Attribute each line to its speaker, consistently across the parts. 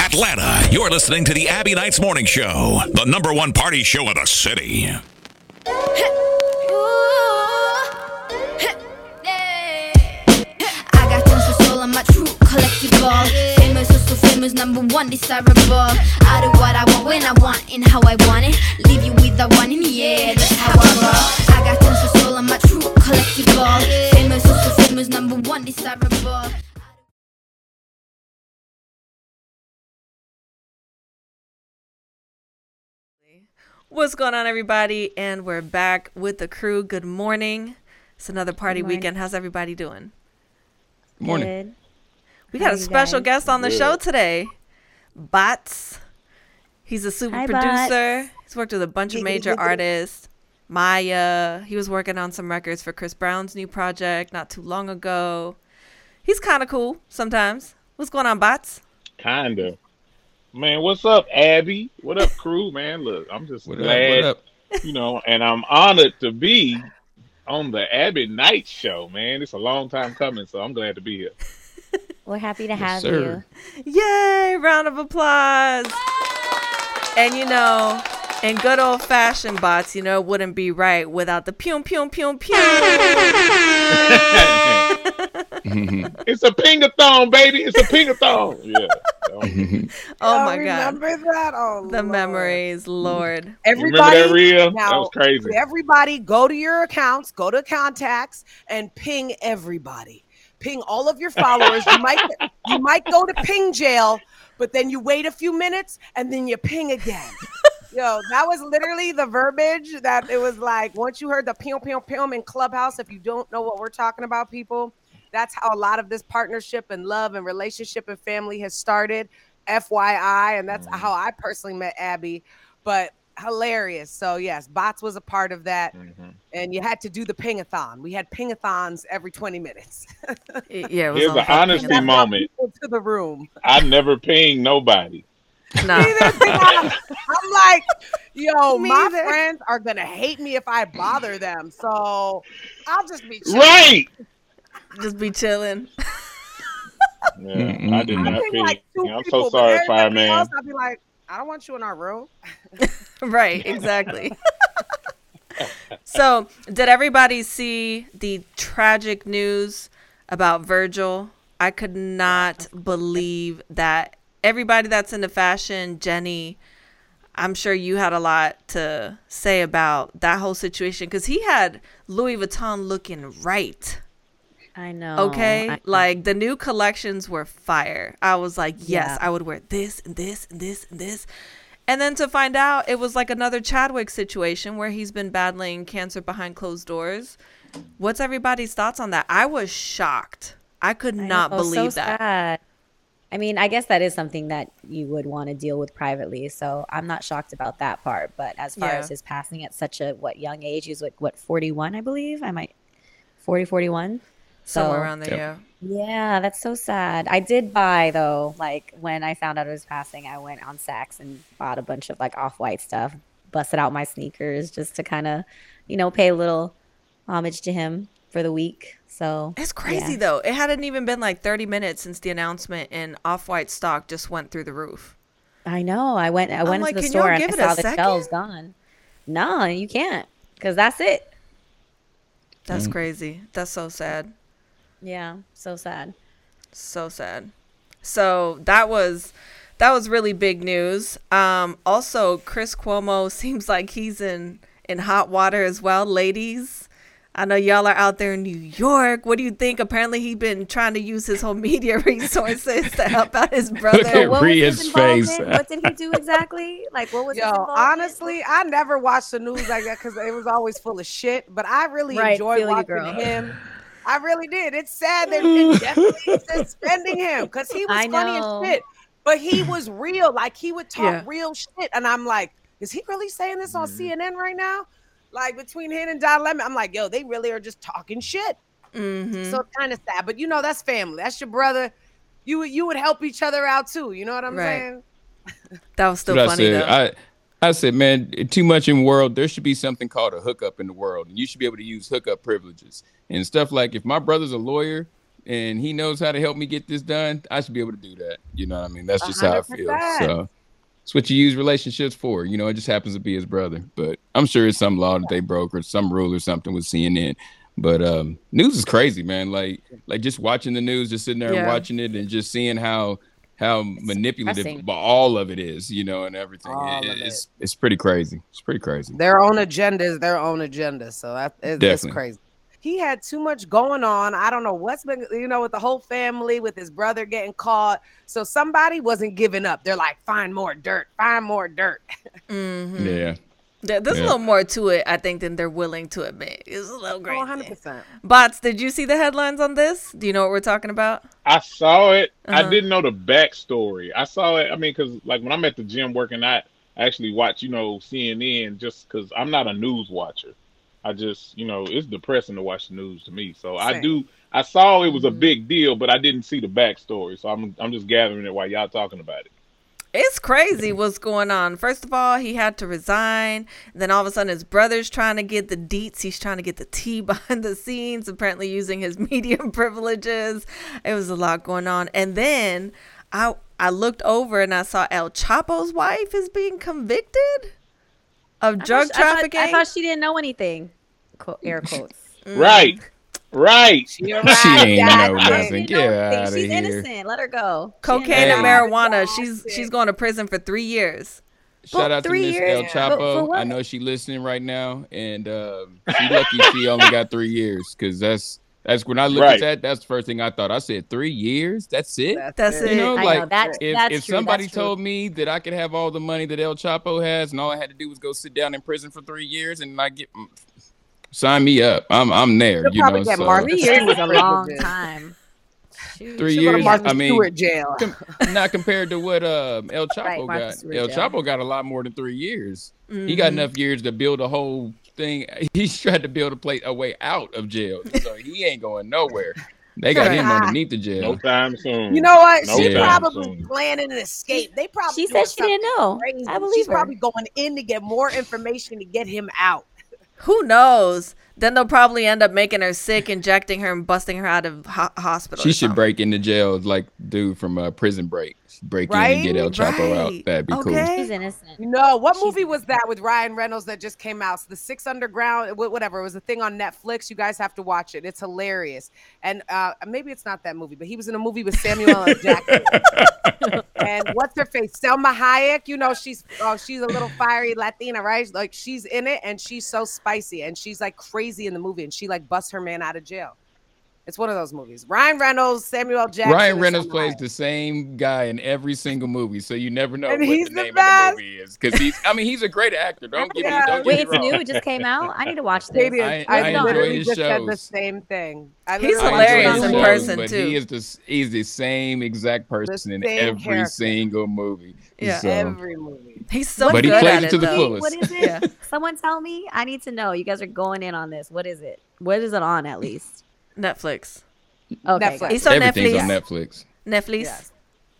Speaker 1: Atlanta. You're listening to the Abby Nights Morning Show, the number one party show in the city.
Speaker 2: I got tons of soul on my true collectible. Famous, so, so famous, number one desirable. I do what I want when I want and how I want it. Leave you with the one in the air, that's how I roll. I got tons of soul on my true collectible. Famous, so, so famous, number one desirable.
Speaker 3: What's going on, everybody? And we're back with the crew. Good morning. It's another party weekend. How's everybody doing?
Speaker 4: Morning.
Speaker 5: Good.
Speaker 3: We
Speaker 5: How
Speaker 3: got a
Speaker 5: you
Speaker 3: special
Speaker 5: guys?
Speaker 3: guest on the show today, Bots. He's a super
Speaker 5: Hi,
Speaker 3: producer. He's worked with a bunch of major artists. Maya. He was working on some records for Chris Brown's new project not too long ago. He's kind of cool sometimes. What's going on, Bots?
Speaker 4: Kinda. Man, what's up, Abby? What up, crew? Man, look, I'm just
Speaker 6: What
Speaker 4: glad,
Speaker 6: up?
Speaker 4: you know, and I'm honored to be on the Abby Night Show, man. It's a long time coming, so I'm glad to be here.
Speaker 5: We're happy to have
Speaker 6: sir.
Speaker 3: Yay! Round of applause. And you know, in good old fashioned bots, you know, it wouldn't be right without the pew pew pew Oh, pew.
Speaker 4: it's a pingathon, baby. It's a pingathon. Yeah. Um,
Speaker 3: Oh
Speaker 7: Y'all
Speaker 3: my god.
Speaker 7: Remember that? Oh,
Speaker 3: The
Speaker 7: Lord.
Speaker 3: memories, Lord.
Speaker 4: you remember
Speaker 7: Everybody,
Speaker 4: that real? that
Speaker 7: now-
Speaker 4: was crazy.
Speaker 7: everybody, go to your accounts, go to contacts, and ping everybody. Ping all of your followers. you might, you might go to ping jail, but then you wait a few minutes and then you ping again. Yo, that was literally the verbiage that it was like. Once you heard the ping, ping, ping in Clubhouse, if you don't know what we're talking about, people, that's how a lot of this partnership and love and relationship and family has started. FYI, and that's
Speaker 4: Mm.
Speaker 7: how I personally met Abby. But hilarious. So yes, bots was a part of that,
Speaker 4: Mhm.
Speaker 7: and you had to do the pingathon. We had pingathons every twenty minutes.
Speaker 3: Y- Yeah, it was on
Speaker 4: Here's an
Speaker 3: fucking-
Speaker 4: honesty
Speaker 7: That's how
Speaker 4: moment.
Speaker 7: people to the room.
Speaker 4: I never ping nobody.
Speaker 3: Nah.
Speaker 7: Neither did I. I'm like, yo,
Speaker 3: Me
Speaker 7: my
Speaker 3: either.
Speaker 7: friends are gonna hate me if I bother them. So I'll just be chill.
Speaker 4: Right.
Speaker 3: Just be chilling.
Speaker 4: Yeah, I did
Speaker 6: Mm-mm-mm.
Speaker 7: I
Speaker 4: not
Speaker 7: think
Speaker 4: ping.
Speaker 7: like two
Speaker 4: Yeah, I'm
Speaker 7: people,
Speaker 4: so
Speaker 7: but
Speaker 4: sorry,
Speaker 7: everybody
Speaker 4: fireman.
Speaker 7: else, I'll be like, I don't want you in our room.
Speaker 3: Right, exactly. so, did everybody see the tragic news about Virgil? I could not believe that everybody that's into fashion, Jenny, I'm sure you had a lot to say about that whole situation because he had Louis Vuitton looking right.
Speaker 5: you. I know.
Speaker 3: Okay.
Speaker 5: Um, I-
Speaker 3: Like the new collections were fire. I was like, yes,
Speaker 5: Yeah.
Speaker 3: I would wear this and this and this and this. And then to find out it was like another Chadwick situation where he's been battling cancer behind closed doors. What's everybody's thoughts on that? I was shocked. I could
Speaker 5: I
Speaker 3: not
Speaker 5: know, Oh, so
Speaker 3: believe that.
Speaker 5: sad. I mean, I guess that is something that you would want to deal with privately. So I'm not shocked about that part. But as far
Speaker 3: Yeah.
Speaker 5: as his passing at such a what young age, he was like what 41, I believe. I might 40, 41.
Speaker 3: Somewhere
Speaker 5: So-
Speaker 3: around there.
Speaker 6: Yep.
Speaker 3: yeah.
Speaker 5: Yeah, that's so sad. I did buy though, like when I found out it was passing, I went on Saks and bought a bunch of like off-white stuff, busted out my sneakers just to kind of, you know, pay a little homage to him for the week. So
Speaker 3: It's crazy
Speaker 5: yeah.
Speaker 3: though. It hadn't even been like 30 minutes since the announcement and off-white stock just went through the roof.
Speaker 5: I know. I went I went
Speaker 3: like,
Speaker 5: into the
Speaker 3: "Can y'all
Speaker 5: store and I
Speaker 3: give it a
Speaker 5: saw the shelves gone. No, you can't because that's it.
Speaker 3: That's crazy. That's so sad.
Speaker 5: Yeah, so sad.
Speaker 3: so sad so that was that was really big news um also chris cuomo seems like he's in in hot water as well ladies i know y'all are out there in new york what do you think apparently he's been trying to use his whole media resources to help out his
Speaker 6: at
Speaker 3: brother
Speaker 6: What was Rhea's his face. involvement?
Speaker 5: What did he do exactly? Like what was
Speaker 7: Yo, honestly, I never watched the news like that because it was always full of shit. But I really
Speaker 5: Right,
Speaker 7: enjoyed
Speaker 5: feel you,
Speaker 7: watching
Speaker 5: girl.
Speaker 7: him. I really did. It's sad they're indefinitely suspending him because he was
Speaker 5: I
Speaker 7: funny
Speaker 5: know.
Speaker 7: as shit. But he was real. Like he would talk
Speaker 3: Yeah.
Speaker 7: real shit, and I'm like, is he really saying this on CNN right now? Like between him and Don Lemon, I'm like, yo, they really are just talking shit.
Speaker 3: Mhm.
Speaker 7: So it's
Speaker 5: Mm-hmm.
Speaker 7: kind of sad. But you know, that's family. That's your brother. You would- you would help each other out too. You know what I'm
Speaker 3: Right.
Speaker 7: saying?
Speaker 3: that was still
Speaker 6: That's what
Speaker 3: funny
Speaker 6: I
Speaker 3: though
Speaker 6: said. I, I said, man, too much in the world. There should be something called a hookup in the world, and you should be able to use hookup privileges and stuff like. If my brother's a lawyer, and he knows how to help me get this done, I should be able to do that. You know what I mean? That's just how I feel.
Speaker 5: 100%.
Speaker 6: So it's what you use relationships for. You know, it just happens to be his brother. But I'm sure it's some law that they broke or some rule or something with CNN. But um, news is crazy, man. Like, like just watching the news, just sitting there
Speaker 3: Yeah.
Speaker 6: and watching it, and just seeing how how manipulative
Speaker 5: depressing.
Speaker 6: but all of it is, you know, and everything.
Speaker 7: All
Speaker 6: It-
Speaker 7: of
Speaker 6: it's it's pretty crazy. It's pretty crazy.
Speaker 7: Their own agenda is their own agenda. So that it, it's
Speaker 6: Definitely.
Speaker 7: crazy. He had too much going on. I don't know what's been, you know, with the whole family, with his brother getting caught. So somebody wasn't giving up. They're like, find more dirt, find more dirt.
Speaker 5: Hmm.
Speaker 3: Mm-hmm.
Speaker 6: Yeah.
Speaker 3: There- There's a
Speaker 6: Yeah.
Speaker 3: little more to it, I think, than they're willing to admit. It's a little
Speaker 7: Oh, 100%.
Speaker 3: crazy. Bots, did you see the headlines on this? Do you know what we're talking about?
Speaker 4: I saw it.
Speaker 3: Uh-huh.
Speaker 4: I didn't know the backstory. I saw it. I mean, because like when I'm at the gym working out, I actually watch, you know, CNN just because I'm not a news watcher. I just, you know, it's depressing to watch the news to me. So I
Speaker 7: Same.
Speaker 4: do. I saw it was a big deal, but I didn't see the backstory. So I'm, I'm just gathering it while y'all talking about it.
Speaker 3: It's crazy what's going on. First of all, he had to resign. Then all of a sudden, his brother's trying to get the deets. He's trying to get the tea behind the scenes, apparently using his media privileges. It was a lot going on. And then I I looked over and I saw El Chapo's wife is being convicted of
Speaker 5: I
Speaker 3: drug
Speaker 5: thought she- I thought-
Speaker 3: trafficking. Mm.
Speaker 5: I thought, she didn't know anything. Quote, air quotes.
Speaker 3: Mm-hmm.
Speaker 4: Right, right.
Speaker 6: She ain't know
Speaker 5: She didn't know
Speaker 6: nothing. Get
Speaker 5: anything.
Speaker 6: out of
Speaker 5: She's
Speaker 6: here.
Speaker 5: innocent. Let her go. She
Speaker 3: cocaine and
Speaker 5: didn't know.
Speaker 6: Hey.
Speaker 3: marijuana. She's she's going to prison for three years.
Speaker 6: Shout
Speaker 5: Well,
Speaker 6: out to
Speaker 5: three
Speaker 6: Miss
Speaker 5: years,
Speaker 6: El
Speaker 5: yeah. But for
Speaker 6: Chapo.
Speaker 5: what?
Speaker 6: I know she listening right now, and um, she lucky she only got three years because that's that's when I looked
Speaker 4: Right.
Speaker 6: at that. That's the first thing I thought. I said three years. That's it.
Speaker 3: That's it.
Speaker 6: you know,
Speaker 5: I know,
Speaker 6: like
Speaker 5: that's-
Speaker 6: if,
Speaker 5: that's
Speaker 6: if
Speaker 5: true,
Speaker 6: somebody
Speaker 5: that's true.
Speaker 6: told me that I could have all the money that El Chapo has, and all I had to do was go sit down in prison for three years, and I get mm, sign me up. I'm I'm there.
Speaker 7: You'll
Speaker 6: you
Speaker 7: probably
Speaker 6: know,
Speaker 7: get
Speaker 6: so
Speaker 7: Martha
Speaker 5: Three
Speaker 7: She
Speaker 5: years is
Speaker 7: was
Speaker 5: a
Speaker 7: pregnant
Speaker 5: long
Speaker 7: then.
Speaker 5: time. Shoot.
Speaker 6: three
Speaker 7: She'll go to
Speaker 6: years.
Speaker 7: Martha
Speaker 6: I mean,
Speaker 7: Stewart jail.
Speaker 6: com- not compared to what um, El Chapo
Speaker 5: Right, Martha
Speaker 6: got.
Speaker 5: Stewart
Speaker 6: El
Speaker 5: jail.
Speaker 6: Chapo got a lot more than three years. He
Speaker 7: Mm-hmm.
Speaker 6: got enough years to build a whole thing. He's tried to build a plate a way out of jail, so he ain't going nowhere. They got him underneath the
Speaker 4: No
Speaker 6: jail.
Speaker 4: time soon.
Speaker 7: You know what?
Speaker 4: No
Speaker 7: she
Speaker 6: time
Speaker 7: probably
Speaker 4: soon.
Speaker 7: planning an escape. They probably
Speaker 5: She
Speaker 7: doing
Speaker 5: said she didn't know.
Speaker 7: something crazy.
Speaker 5: I
Speaker 7: She's
Speaker 5: believe her.
Speaker 7: probably going in to get more information to get him out.
Speaker 3: Who knows? Then they'll probably end up making her sick, injecting her, and busting her out of ho- hospital.
Speaker 6: She
Speaker 3: or
Speaker 6: should
Speaker 3: something.
Speaker 6: break into jail like dude from uh, Prison Break. Break in and get El
Speaker 3: Right,
Speaker 6: Chapo out.
Speaker 3: right.
Speaker 6: That'd be
Speaker 3: Okay.
Speaker 5: She's innocent.
Speaker 7: You know what
Speaker 5: She's-
Speaker 7: movie was that with Ryan Reynolds that just came out? The Six Underground, wh- whatever. It was a thing on Netflix. You guys have to watch it. It's hilarious. And uh, maybe it's not that movie, but he was in a movie with Samuel L. Jackson. and what's her face? Selma Hayek. You know she's oh she's a little fiery Latina, right? Like she's in it, and she's so spicy, and she's like crazy in the movie, and she like busts her man out of jail. It's one of those movies. Ryan Reynolds, Samuel L. Jackson.
Speaker 6: cool. Ryan
Speaker 7: and
Speaker 6: Reynolds
Speaker 7: Salma
Speaker 6: plays
Speaker 7: Hayek.
Speaker 6: the same guy in every single movie, so you never know
Speaker 7: And
Speaker 6: what
Speaker 7: he's
Speaker 6: the
Speaker 7: the
Speaker 6: name
Speaker 7: best.
Speaker 6: of the movie is. Because he's, I mean, he's a great actor. Don't get
Speaker 7: Yeah.
Speaker 6: me, don't get
Speaker 5: Wait,
Speaker 6: me
Speaker 5: it's
Speaker 6: wrong.
Speaker 5: new. It just came out. I need to watch this.
Speaker 7: It is.
Speaker 6: I-
Speaker 7: I,
Speaker 5: I enjoy
Speaker 7: literally
Speaker 6: his
Speaker 7: just said the
Speaker 6: shows.
Speaker 7: same thing. I
Speaker 3: He's
Speaker 7: literally-
Speaker 3: hilarious
Speaker 6: I enjoy his
Speaker 3: in
Speaker 6: shows,
Speaker 3: person,
Speaker 6: but
Speaker 3: too.
Speaker 6: He is the s- he's the same exact person in
Speaker 7: same
Speaker 6: every
Speaker 7: character.
Speaker 6: single movie.
Speaker 3: Yeah.
Speaker 6: So-
Speaker 7: Every movie.
Speaker 3: He's so
Speaker 6: But he
Speaker 3: good
Speaker 6: plays
Speaker 3: at
Speaker 6: it
Speaker 3: it,
Speaker 6: to the
Speaker 3: though.
Speaker 6: fullest.
Speaker 5: What is it?
Speaker 3: Yeah.
Speaker 5: Someone tell me. I need to know. You guys are going in on this. What is it? What is it on at least?
Speaker 3: Netflix.
Speaker 5: Okay.
Speaker 7: Netflix.
Speaker 5: got it.
Speaker 3: It's on Netflix.
Speaker 6: everything's on Netflix.
Speaker 3: Netflix.
Speaker 7: Yes.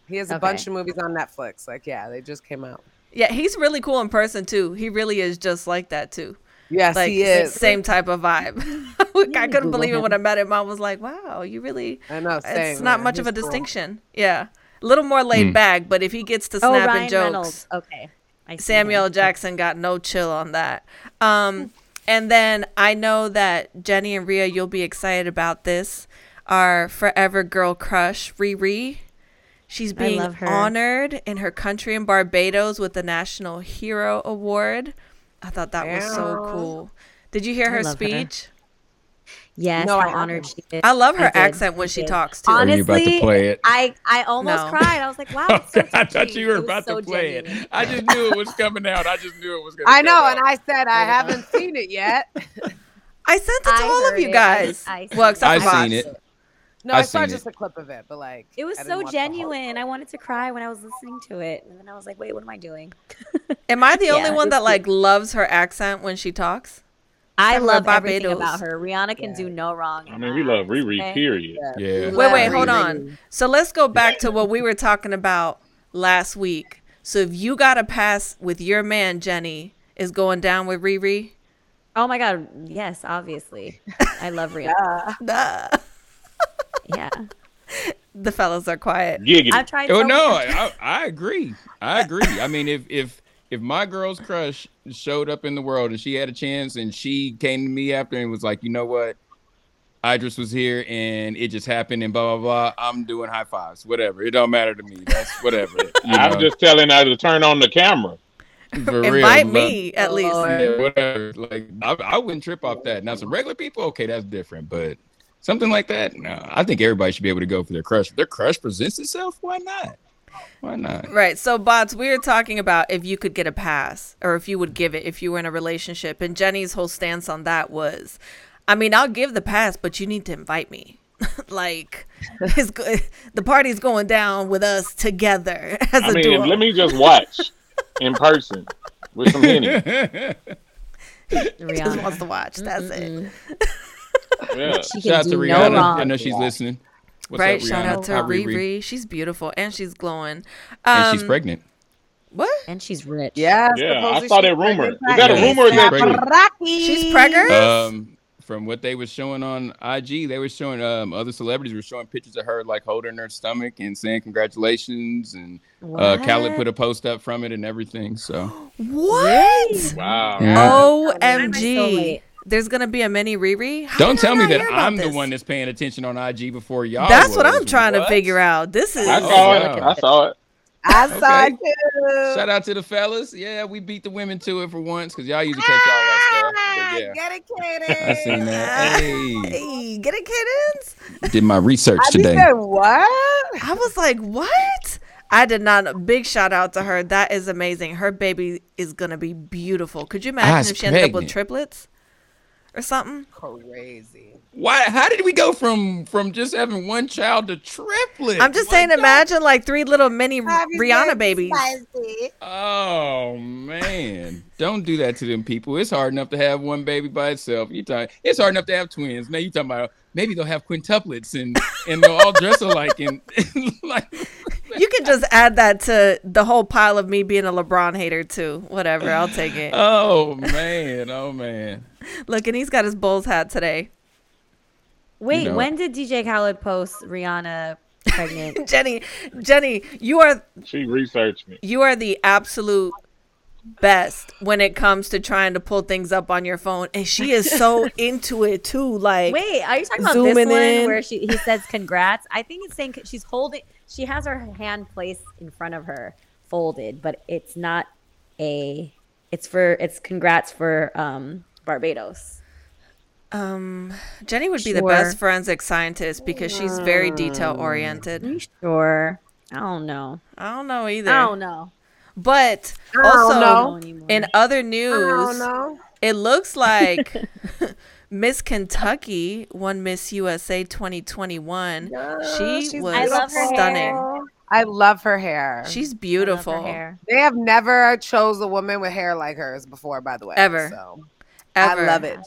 Speaker 7: He has a
Speaker 5: Okay.
Speaker 7: bunch of movies on Netflix. Like, yeah, they just came out.
Speaker 3: Yeah, he's really cool in person too. He really is just like that too.
Speaker 7: Yes,
Speaker 3: Like
Speaker 7: he is.
Speaker 3: same type of vibe. I couldn't
Speaker 5: Google
Speaker 3: believe it
Speaker 5: him.
Speaker 3: when I met him. I was like, wow, you really.
Speaker 7: I know. Same.
Speaker 3: it's not
Speaker 7: man.
Speaker 3: much of a
Speaker 7: He's cool.
Speaker 3: distinction. Yeah, a little more laid
Speaker 6: Hmm.
Speaker 3: back. But if he gets to
Speaker 5: Oh,
Speaker 3: snapping
Speaker 5: Ryan
Speaker 3: jokes,
Speaker 5: Reynolds. Okay. I see
Speaker 3: Samuel
Speaker 5: him.
Speaker 3: Jackson got no chill on that. Um, and then I know that Jenny and Rhea, you'll be excited about this. Our forever girl crush, Riri. She's
Speaker 5: I
Speaker 3: being
Speaker 5: love her.
Speaker 3: honored in her country in Barbados with the National Hero Award. I thought that was so cool. Did you hear her
Speaker 5: love her.
Speaker 3: speech?
Speaker 5: Yes,
Speaker 7: No,
Speaker 5: how
Speaker 7: I-
Speaker 5: honored she is.
Speaker 3: I love her
Speaker 5: did.
Speaker 3: accent when
Speaker 5: I
Speaker 3: she
Speaker 5: did.
Speaker 3: talks too.
Speaker 6: Honest- you about to
Speaker 5: Honestly,
Speaker 6: play it?
Speaker 5: I I almost
Speaker 3: No.
Speaker 5: cried. I was like, wow. It's so
Speaker 6: I thought
Speaker 5: touching.
Speaker 6: you were
Speaker 5: It was
Speaker 6: about
Speaker 5: so
Speaker 6: to play it.
Speaker 5: genuine.
Speaker 6: I just knew it was coming out. I just knew it was going to
Speaker 7: I know, and I said I haven't seen it yet.
Speaker 3: I sent it to
Speaker 5: I
Speaker 3: all of
Speaker 5: heard
Speaker 3: you
Speaker 5: it.
Speaker 3: guys.
Speaker 5: I- I
Speaker 3: well,
Speaker 5: seen
Speaker 3: except
Speaker 5: it.
Speaker 3: for
Speaker 6: I seen
Speaker 3: Vox.
Speaker 6: it.
Speaker 7: No, I,
Speaker 6: I
Speaker 7: saw
Speaker 6: seen
Speaker 7: just
Speaker 6: it.
Speaker 7: a clip of it, but like
Speaker 5: It was
Speaker 7: I didn't
Speaker 5: so
Speaker 7: watch the whole
Speaker 5: genuine. I wanted to cry when I was listening to it, and then I was like, wait, what am I doing?
Speaker 3: Am I the only
Speaker 5: Yeah.
Speaker 3: one that like loves her accent when she talks?
Speaker 5: I
Speaker 3: Talking
Speaker 5: love
Speaker 3: about
Speaker 5: everything
Speaker 3: Barbados.
Speaker 5: about her. Rihanna can do no wrong.
Speaker 4: I mean, we love Riri.
Speaker 5: Okay.
Speaker 4: Period.
Speaker 6: Yeah.
Speaker 3: Wait, wait,
Speaker 5: Wow.
Speaker 3: hold on. So let's go back to what we were talking about last week. So if you got a pass with your man, Jenny is going down with Riri.
Speaker 5: Oh my god, yes, obviously. I love Rihanna.
Speaker 3: Duh.
Speaker 5: yeah.
Speaker 3: The fellas are quiet.
Speaker 4: Giggity.
Speaker 5: I've tried.
Speaker 6: Oh
Speaker 5: so
Speaker 6: no,
Speaker 5: much.
Speaker 6: I, I agree. I agree. I mean, if if if my girl's crush showed up in the world and she had a chance and she came to me after and was like, you know what, Idris was here and it just happened and blah blah blah, I'm doing high fives, whatever. It don't matter to me. That's whatever. you
Speaker 4: I'm
Speaker 6: know,
Speaker 4: just telling her to turn on the camera.
Speaker 6: for real,
Speaker 3: Invite
Speaker 6: but-
Speaker 3: me at least.
Speaker 6: Yeah, whatever. Like I, I wouldn't trip off that. Now some regular people, okay, that's different, but something like that, no. I think everybody should be able to go for their crush. If their crush presents itself, why not? Why not?
Speaker 3: Right. So, Bots, we were talking about if you could get a pass or if you would give it if you were in a relationship. And Jenny's whole stance on that was I mean, I'll give the pass, but you need to invite me. like, it's go- the party's going down with us together as a
Speaker 4: I mean,
Speaker 3: duo.
Speaker 4: let me just watch in person with some Henny. Yeah.
Speaker 3: just
Speaker 5: Rihanna.
Speaker 3: wants to watch. That's it.
Speaker 5: She can
Speaker 6: Shout out
Speaker 5: do
Speaker 6: to
Speaker 5: no
Speaker 6: Rihanna. I
Speaker 5: wrong.
Speaker 6: know she's listening. What's
Speaker 3: right.
Speaker 6: up,
Speaker 3: Shout
Speaker 6: Rihanna?
Speaker 3: out to
Speaker 6: Hi,
Speaker 3: Riri. She's beautiful and she's glowing. Um,
Speaker 6: And she's pregnant.
Speaker 3: What?
Speaker 5: And she's rich.
Speaker 7: Yes.
Speaker 4: Yeah, I
Speaker 7: supposedly
Speaker 4: saw
Speaker 7: she's
Speaker 4: that rumor.
Speaker 7: pregnant,
Speaker 4: Is that a
Speaker 6: Yeah,
Speaker 7: pregnant.
Speaker 4: rumor? Or is
Speaker 6: she's
Speaker 4: that
Speaker 6: pregnant.
Speaker 7: Rocky.
Speaker 3: She's pregnant?
Speaker 6: Um, from what they were showing on IG, they were showing um other celebrities were showing pictures of her like holding her stomach and saying congratulations, and uh, Khaled
Speaker 5: What?
Speaker 6: put a post up from it and everything. So
Speaker 3: What?
Speaker 4: Wow.
Speaker 3: Oh,
Speaker 6: Yeah.
Speaker 5: so
Speaker 3: OMG.
Speaker 5: late?
Speaker 3: There's going to be a mini Riri? How
Speaker 6: don't
Speaker 3: did I
Speaker 6: tell me
Speaker 3: not
Speaker 6: that
Speaker 3: hear about
Speaker 6: I'm the
Speaker 3: this?
Speaker 6: one that's paying attention on IG before y'all.
Speaker 3: That's what
Speaker 6: was.
Speaker 3: I'm trying to
Speaker 6: What?
Speaker 3: figure out. This is.
Speaker 4: I saw
Speaker 6: Oh,
Speaker 4: it.
Speaker 6: wow.
Speaker 4: I saw it.
Speaker 7: I saw
Speaker 6: Okay.
Speaker 7: it too.
Speaker 6: Shout out to the fellas. Yeah, we beat the women to it for once because y'all usually catch all that stuff. But yeah,
Speaker 7: Ah, Get it,
Speaker 6: I seen that. Hey,
Speaker 3: Hey, get it, kittens.
Speaker 6: did my research
Speaker 7: I
Speaker 6: today.
Speaker 7: said what?
Speaker 3: I was like, what? I did not. Big shout out to her. That is amazing. Her baby is gonna be beautiful. Could you imagine
Speaker 6: I's
Speaker 3: if she ended up with
Speaker 6: pregnant.
Speaker 3: triplets or something?
Speaker 7: Crazy.
Speaker 6: Why? How did we go from from just having one child to triplets?
Speaker 3: I'm just saying, imagine like three little mini Rihanna babies.
Speaker 6: Oh man, don't do that to them people. It's hard enough to have one baby by itself. You talking? It's hard enough to have twins. Now you talking about maybe they'll have quintuplets and and they'll all dress alike and like.
Speaker 3: You can just add that to the whole pile of me being a LeBron hater too. Whatever, I'll take it.
Speaker 6: Oh man, oh man.
Speaker 3: Look, and he's got his Bulls hat today.
Speaker 5: Wait,
Speaker 6: know.
Speaker 5: when did DJ Khaled post Rihanna pregnant?
Speaker 3: Jenny, Jenny, you are
Speaker 4: She researched me.
Speaker 3: you are the absolute best when it comes to trying to pull things up on your phone and she is so into it too like
Speaker 5: Wait, are you talking about this
Speaker 3: Zooming
Speaker 5: one
Speaker 3: in.
Speaker 5: where she he says congrats? I think it's saying c- she's holding. She has her hand placed in front of her, folded, but it's not a. It's for it's congrats for um Barbados.
Speaker 3: um jenny would be the
Speaker 5: Sure.
Speaker 3: best forensic scientist because she's very detail oriented
Speaker 5: Sure, I don't know.
Speaker 3: i don't know either
Speaker 5: I don't know.
Speaker 3: but
Speaker 7: I don't
Speaker 3: also
Speaker 5: I
Speaker 7: know.
Speaker 5: don't know anymore.
Speaker 3: in other
Speaker 7: I don't
Speaker 3: news
Speaker 7: know.
Speaker 3: it looks like miss kentucky won miss usa 2021 she
Speaker 7: she's
Speaker 3: was
Speaker 5: I love her
Speaker 3: stunning
Speaker 5: hair.
Speaker 7: I love her hair.
Speaker 3: she's
Speaker 5: I love her
Speaker 3: beautiful
Speaker 5: hair.
Speaker 7: they have never chose a woman with hair like hers before, by the way.
Speaker 3: Ever.
Speaker 7: So
Speaker 3: ever
Speaker 7: I love it.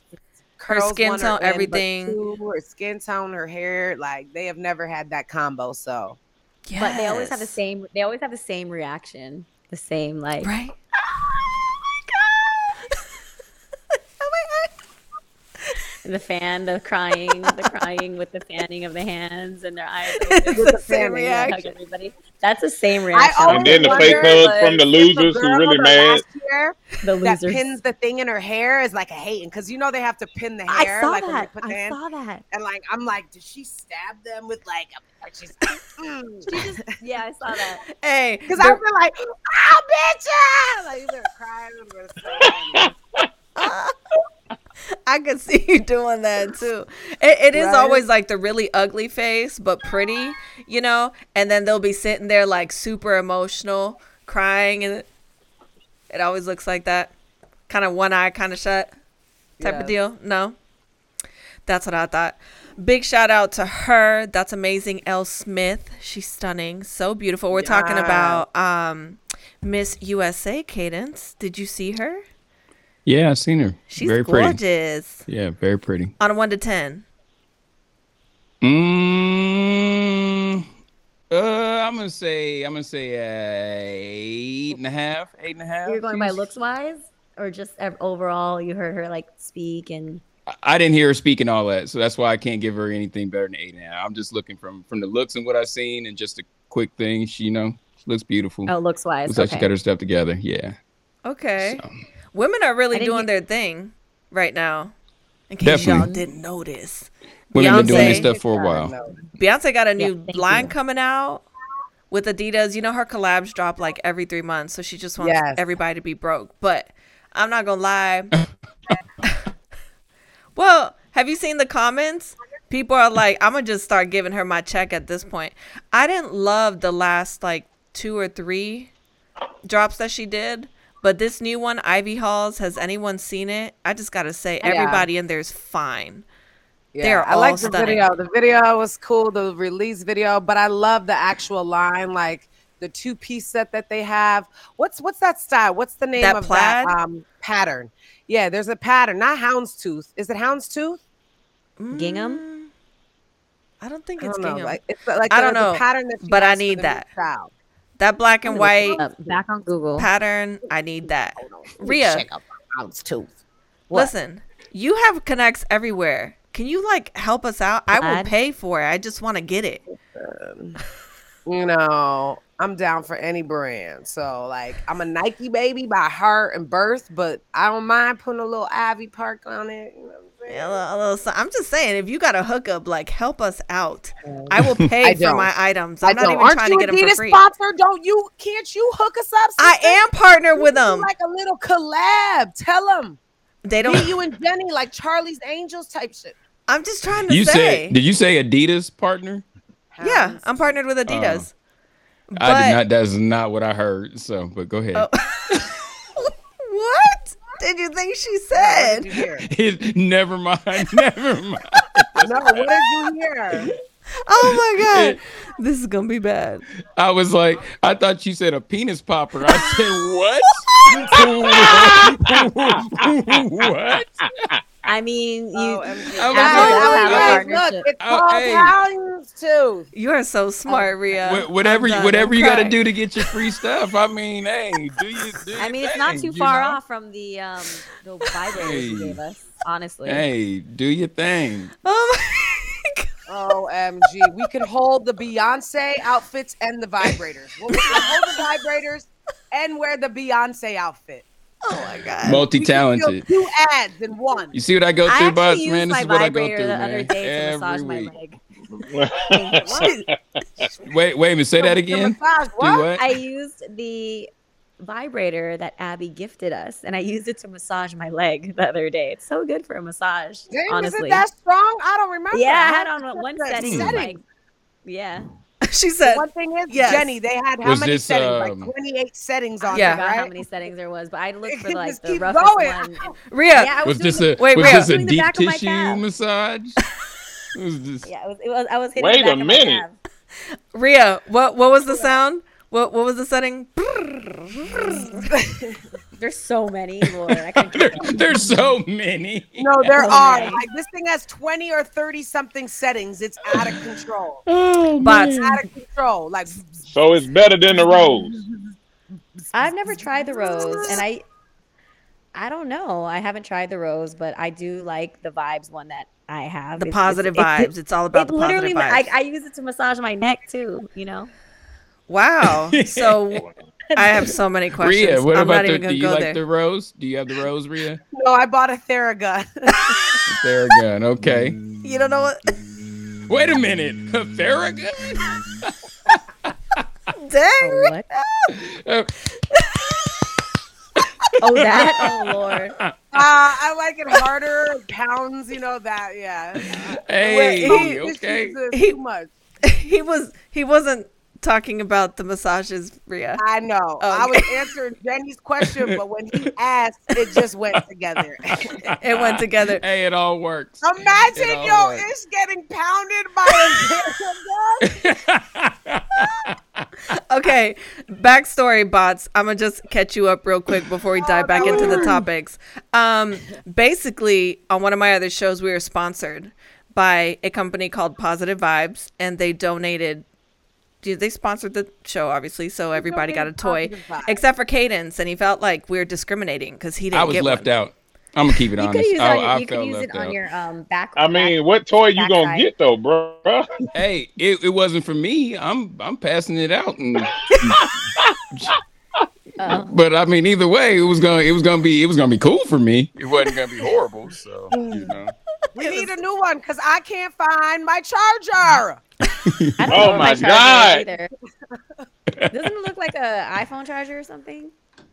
Speaker 3: Her skin
Speaker 7: one are
Speaker 3: tone,
Speaker 7: in, but
Speaker 3: everything.
Speaker 7: two, her skin tone, her hair, like they have never had that combo. So
Speaker 5: But they always have the
Speaker 3: Yes.
Speaker 5: same. They always have the same reaction. The same like.
Speaker 3: Right?
Speaker 5: The fan, the crying, the crying with the fanning of the hands and their eyes.
Speaker 3: It's
Speaker 5: open.
Speaker 3: the
Speaker 5: They
Speaker 3: same
Speaker 5: wanna hug
Speaker 3: reaction.
Speaker 5: everybody. That's the same reaction.
Speaker 7: always
Speaker 4: And then the
Speaker 7: wonder,
Speaker 4: fake hugs from the
Speaker 7: like, if a
Speaker 4: losers who
Speaker 7: girl
Speaker 4: really
Speaker 7: the
Speaker 4: mad.
Speaker 7: last year
Speaker 5: the
Speaker 7: that
Speaker 5: losers.
Speaker 7: pins the thing in her hair is like a hating because you know they have to pin the hair.
Speaker 5: I saw
Speaker 7: like, when
Speaker 5: that.
Speaker 7: they put the
Speaker 5: I
Speaker 7: hand-
Speaker 5: saw that.
Speaker 7: And like I'm like, did she stab them with like? a- She's because
Speaker 5: Yeah, I saw that.
Speaker 3: Hey,
Speaker 7: I
Speaker 3: the-
Speaker 7: feel like, ah, bitch, ah! like you better cry. you better sob.
Speaker 3: I could see you doing that too. It, it is
Speaker 7: Right?
Speaker 3: always like the really ugly face, but pretty, you know. And then they'll be sitting there like super emotional, crying, and it always looks like that, kind of one eye, kind of shut, type of
Speaker 7: Yes.
Speaker 3: deal. No, that's what I thought. Big shout out to her. That's amazing, Elle Smith. She's stunning, so beautiful. We're talking
Speaker 7: Yes.
Speaker 3: about um, Miss USA Cadence. Did you see her?
Speaker 6: Yeah, I've seen her.
Speaker 3: She's
Speaker 6: very pretty.
Speaker 3: gorgeous.
Speaker 6: Yeah, very pretty.
Speaker 3: On a one to ten.
Speaker 6: Mm, uh, I'm gonna say I'm gonna say uh, eight and a half, eight and a half.
Speaker 5: You're going by
Speaker 6: She's-
Speaker 5: looks wise, or just ev- overall? You heard her like speak and
Speaker 6: I- I didn't hear her speaking all that, so that's why I can't give her anything better than eight and a half. I'm just looking from from the looks and what I've seen, and just a quick thing. She, you know, she looks beautiful.
Speaker 5: Oh, looks wise.
Speaker 6: looks like
Speaker 5: okay.
Speaker 6: she got her stuff together. Yeah,
Speaker 3: Okay.
Speaker 6: So.
Speaker 3: Women are really
Speaker 5: I didn't
Speaker 3: doing
Speaker 5: get-
Speaker 3: their thing right now. In case
Speaker 6: Definitely.
Speaker 3: y'all didn't notice.
Speaker 6: women been doing
Speaker 3: Beyonce.
Speaker 6: this stuff for a while.
Speaker 3: Beyonce got a new
Speaker 5: thank
Speaker 3: line
Speaker 5: you.
Speaker 3: coming out with Adidas. You know her collabs drop like every three months, so she just wants
Speaker 7: Yes.
Speaker 3: everybody to be broke. But I'm not gonna lie. well, have you seen the comments? People are like, I'm gonna just start giving her my check at this point. I didn't love the last like two or three drops that she did. But this new one, Ivy Halls, has anyone seen it? I just gotta say, everybody in there's fine. They're
Speaker 7: I like
Speaker 3: all
Speaker 7: the
Speaker 3: stunning.
Speaker 7: video. The video was cool, the release video, but I love the actual line, like the two piece set that they have. What's what's that style? What's the name
Speaker 3: That
Speaker 7: of
Speaker 3: plaid?
Speaker 7: that um, pattern? Yeah, there's a pattern, not houndstooth. Is it houndstooth?
Speaker 5: Gingham?
Speaker 3: Mm, I don't think
Speaker 7: I
Speaker 3: it's
Speaker 7: don't know.
Speaker 3: gingham.
Speaker 7: Like, it's like
Speaker 3: I
Speaker 7: there
Speaker 3: don't
Speaker 7: was a
Speaker 3: know,
Speaker 7: pattern that she
Speaker 3: but I
Speaker 7: has for
Speaker 3: need
Speaker 7: the new
Speaker 3: that.
Speaker 7: style.
Speaker 3: that black and white
Speaker 5: Uh, back on Google.
Speaker 3: pattern, I need that. Rhea.
Speaker 7: Check out my houndstooth.
Speaker 3: Listen, you have connects everywhere. Can you like help us out? I will
Speaker 5: Glad.
Speaker 3: pay for it. I just want to get it.
Speaker 7: Um, you know, I'm down for any brand. So like I'm a Nike baby by heart and birth, but I don't mind putting a little Ivy Park on it. You know what I'm saying?
Speaker 3: A little- a little so- I'm just saying, if you got a hookup, like help us out. I will pay
Speaker 7: I
Speaker 3: for
Speaker 7: don't.
Speaker 3: my items. I'm
Speaker 7: I
Speaker 3: not
Speaker 7: don't.
Speaker 3: even
Speaker 7: Aren't
Speaker 3: trying
Speaker 7: you
Speaker 3: to get them
Speaker 7: Adidas
Speaker 3: for free.
Speaker 7: sponsor? Don't you? Can't you hook us up?
Speaker 3: I
Speaker 7: sister?
Speaker 3: am partnered
Speaker 7: You
Speaker 3: with
Speaker 7: do
Speaker 3: them.
Speaker 7: Like a little collab. Tell them.
Speaker 3: they
Speaker 7: Me,
Speaker 3: don't.
Speaker 7: you and Jenny, like Charlie's Angels type shit.
Speaker 3: I'm just trying to
Speaker 6: You
Speaker 3: say.
Speaker 6: said? Did you say Adidas partner?
Speaker 3: yeah, I'm partnered with Adidas.
Speaker 6: Oh. I
Speaker 3: But-
Speaker 6: did not. That's not what I heard. So, but go ahead.
Speaker 3: Oh. What did you think she said?
Speaker 7: What did you hear?
Speaker 6: never mind. Never mind.
Speaker 7: no, what did you hear?
Speaker 3: Oh my god, this is gonna be bad.
Speaker 6: I was like, I thought you said a penis popper. I said what? what?
Speaker 5: I mean, you.
Speaker 6: I'm
Speaker 5: After
Speaker 6: sorry.
Speaker 5: that,
Speaker 7: Oh,
Speaker 5: have a
Speaker 7: guys,
Speaker 5: partnership.
Speaker 7: look, it's
Speaker 6: Oh,
Speaker 7: called
Speaker 6: hey.
Speaker 7: Hound's Tooth.
Speaker 3: You are so
Speaker 5: Oh,
Speaker 3: smart, Ria.
Speaker 6: Wha- whatever,
Speaker 3: I'm done.
Speaker 6: whatever
Speaker 3: I'm
Speaker 6: you got to
Speaker 3: crying.
Speaker 6: do to get your free stuff. I mean, hey, do you? Do
Speaker 5: I
Speaker 6: your
Speaker 5: mean, it's not
Speaker 6: thing,
Speaker 5: too
Speaker 6: you
Speaker 5: far
Speaker 6: know?
Speaker 5: off from the um the vibrator you
Speaker 6: Hey.
Speaker 5: gave us. Honestly,
Speaker 6: Hey, do your
Speaker 5: Uh,
Speaker 6: thing.
Speaker 3: Oh my
Speaker 7: OMG. We could hold the Beyonce outfits and the vibrators. Well, we could hold the vibrators and wear the Beyonce outfit.
Speaker 3: god.
Speaker 6: Multi
Speaker 7: Feel
Speaker 6: talented.
Speaker 7: two ads in one.
Speaker 6: You see what I go
Speaker 5: I
Speaker 6: through,
Speaker 5: actually
Speaker 6: Butts,
Speaker 5: used
Speaker 6: man? This
Speaker 5: my
Speaker 6: is what I go
Speaker 5: vibrator
Speaker 6: through,
Speaker 5: the
Speaker 6: man.
Speaker 5: other day to massage
Speaker 6: Every
Speaker 5: my
Speaker 6: week.
Speaker 5: leg.
Speaker 6: Wait, wait a minute. Say that again. Do
Speaker 7: Massage, what?
Speaker 6: what?
Speaker 5: I used the vibrator that Abby gifted us, and I used it to massage my leg the other day. It's so good for a massage.
Speaker 7: Damn, is
Speaker 5: honestly,
Speaker 7: it that strong? I don't remember.
Speaker 5: yeah, I had
Speaker 7: don't
Speaker 5: on one
Speaker 7: that
Speaker 5: setting.
Speaker 6: setting.
Speaker 5: Like, yeah,
Speaker 3: she
Speaker 7: The
Speaker 3: said
Speaker 7: one thing is,
Speaker 3: Yes.
Speaker 7: Jenny, they had how
Speaker 6: Was
Speaker 7: many
Speaker 6: this,
Speaker 7: settings?
Speaker 6: um,
Speaker 7: like 28 settings on
Speaker 5: I
Speaker 3: Yeah.
Speaker 7: it,
Speaker 5: forgot
Speaker 7: right?
Speaker 5: how many settings there was, but I looked for
Speaker 7: can
Speaker 5: like
Speaker 7: just
Speaker 5: the
Speaker 7: keep
Speaker 5: roughest
Speaker 7: going.
Speaker 5: one.
Speaker 3: Rhea.
Speaker 5: Yeah, I
Speaker 6: Was
Speaker 5: was
Speaker 6: this
Speaker 5: doing
Speaker 6: a
Speaker 5: the-
Speaker 3: Wait,
Speaker 6: was
Speaker 3: wait.
Speaker 6: this a
Speaker 5: Doing the
Speaker 6: deep
Speaker 5: back of my
Speaker 6: tissue
Speaker 5: calf.
Speaker 6: massage? It was just-
Speaker 5: Yeah, it was, it was. I was hitting.
Speaker 4: Wait
Speaker 5: the
Speaker 4: a
Speaker 5: back of my
Speaker 4: minute.
Speaker 5: calf.
Speaker 3: Rhea, what what was the sound? What what was the setting?
Speaker 5: There's so many, Lord. I couldn't keep
Speaker 6: There-
Speaker 5: up.
Speaker 6: there's so many.
Speaker 7: No, there are.
Speaker 5: right.
Speaker 7: Like this thing has 20 or 30 something settings. It's out of control.
Speaker 5: Oh,
Speaker 3: Bots.
Speaker 7: It's out of control. Like
Speaker 4: So it's better than the rose.
Speaker 5: I've never tried the rose, and I, I don't know. I haven't tried the rose, but I do like the vibes one that I have.
Speaker 3: The
Speaker 5: It's-
Speaker 3: positive
Speaker 5: it's-
Speaker 3: vibes.
Speaker 5: It,
Speaker 3: It's all about
Speaker 5: it
Speaker 3: the positive
Speaker 5: literally, I,
Speaker 3: vibes.
Speaker 5: I use it to massage my neck too. You know,
Speaker 3: wow. So I have so many questions.
Speaker 6: Rhea, what
Speaker 3: I'm not
Speaker 6: about the?
Speaker 3: even
Speaker 6: Do
Speaker 3: gonna
Speaker 6: you
Speaker 3: go
Speaker 6: like
Speaker 3: there.
Speaker 6: the rose? Do you have the rose, Rhea?
Speaker 7: no, I bought a Theragun.
Speaker 6: Theragun. Okay.
Speaker 3: You don't know what
Speaker 6: Wait a minute. A Theragun?
Speaker 3: dang
Speaker 5: oh, what?
Speaker 6: Uh,
Speaker 5: Oh, that? Oh, Lord.
Speaker 7: uh, I like it harder pounds. You know that, yeah.
Speaker 6: hey.
Speaker 7: Don't
Speaker 6: okay.
Speaker 7: misuse it
Speaker 3: He-
Speaker 7: too much.
Speaker 3: he was he wasn't talking about the massages, Rhea.
Speaker 7: I
Speaker 5: Oh,
Speaker 7: know. I was answering Jenny's question, but when he asked, it just went together.
Speaker 3: It went together.
Speaker 6: Hey, it all works. It
Speaker 7: Imagine
Speaker 6: all
Speaker 7: your
Speaker 6: works.
Speaker 7: ish getting pounded by a Theragun.
Speaker 3: Okay, backstory bots. I'm gonna just catch you up real quick before
Speaker 7: Oh,
Speaker 3: we dive back into the topics. Um, basically, on one of my other shows, we were sponsored by a company called Positive Vibes, and they donated. dude, They sponsored the show, obviously, so everybody got a toy
Speaker 7: donated Positive Vibes.
Speaker 3: except for Cadence, and he felt like we were discriminating because he didn't.
Speaker 6: I was
Speaker 3: get
Speaker 6: left
Speaker 3: one.
Speaker 6: out. I'm gonna keep it
Speaker 5: You could
Speaker 6: honest.
Speaker 5: use,
Speaker 6: I,
Speaker 5: on your-
Speaker 6: Oh, I
Speaker 5: you could
Speaker 6: felt
Speaker 5: use it
Speaker 6: left
Speaker 5: on
Speaker 6: out.
Speaker 5: your um back.
Speaker 4: I mean, what toy you gonna
Speaker 5: Backside.
Speaker 4: get though, bro?
Speaker 6: Hey, it, it wasn't for me. I'm I'm passing it out, and,
Speaker 5: back- uh,
Speaker 6: but I mean, either way, it was gonna it was gonna be it was gonna be cool for me. It wasn't gonna be horrible. So you know,
Speaker 7: We need a new one because I can't find my charger.
Speaker 5: I don't
Speaker 4: Oh
Speaker 5: know what
Speaker 4: my
Speaker 5: charger is
Speaker 4: God.
Speaker 5: either. Doesn't it look like a iPhone charger or something?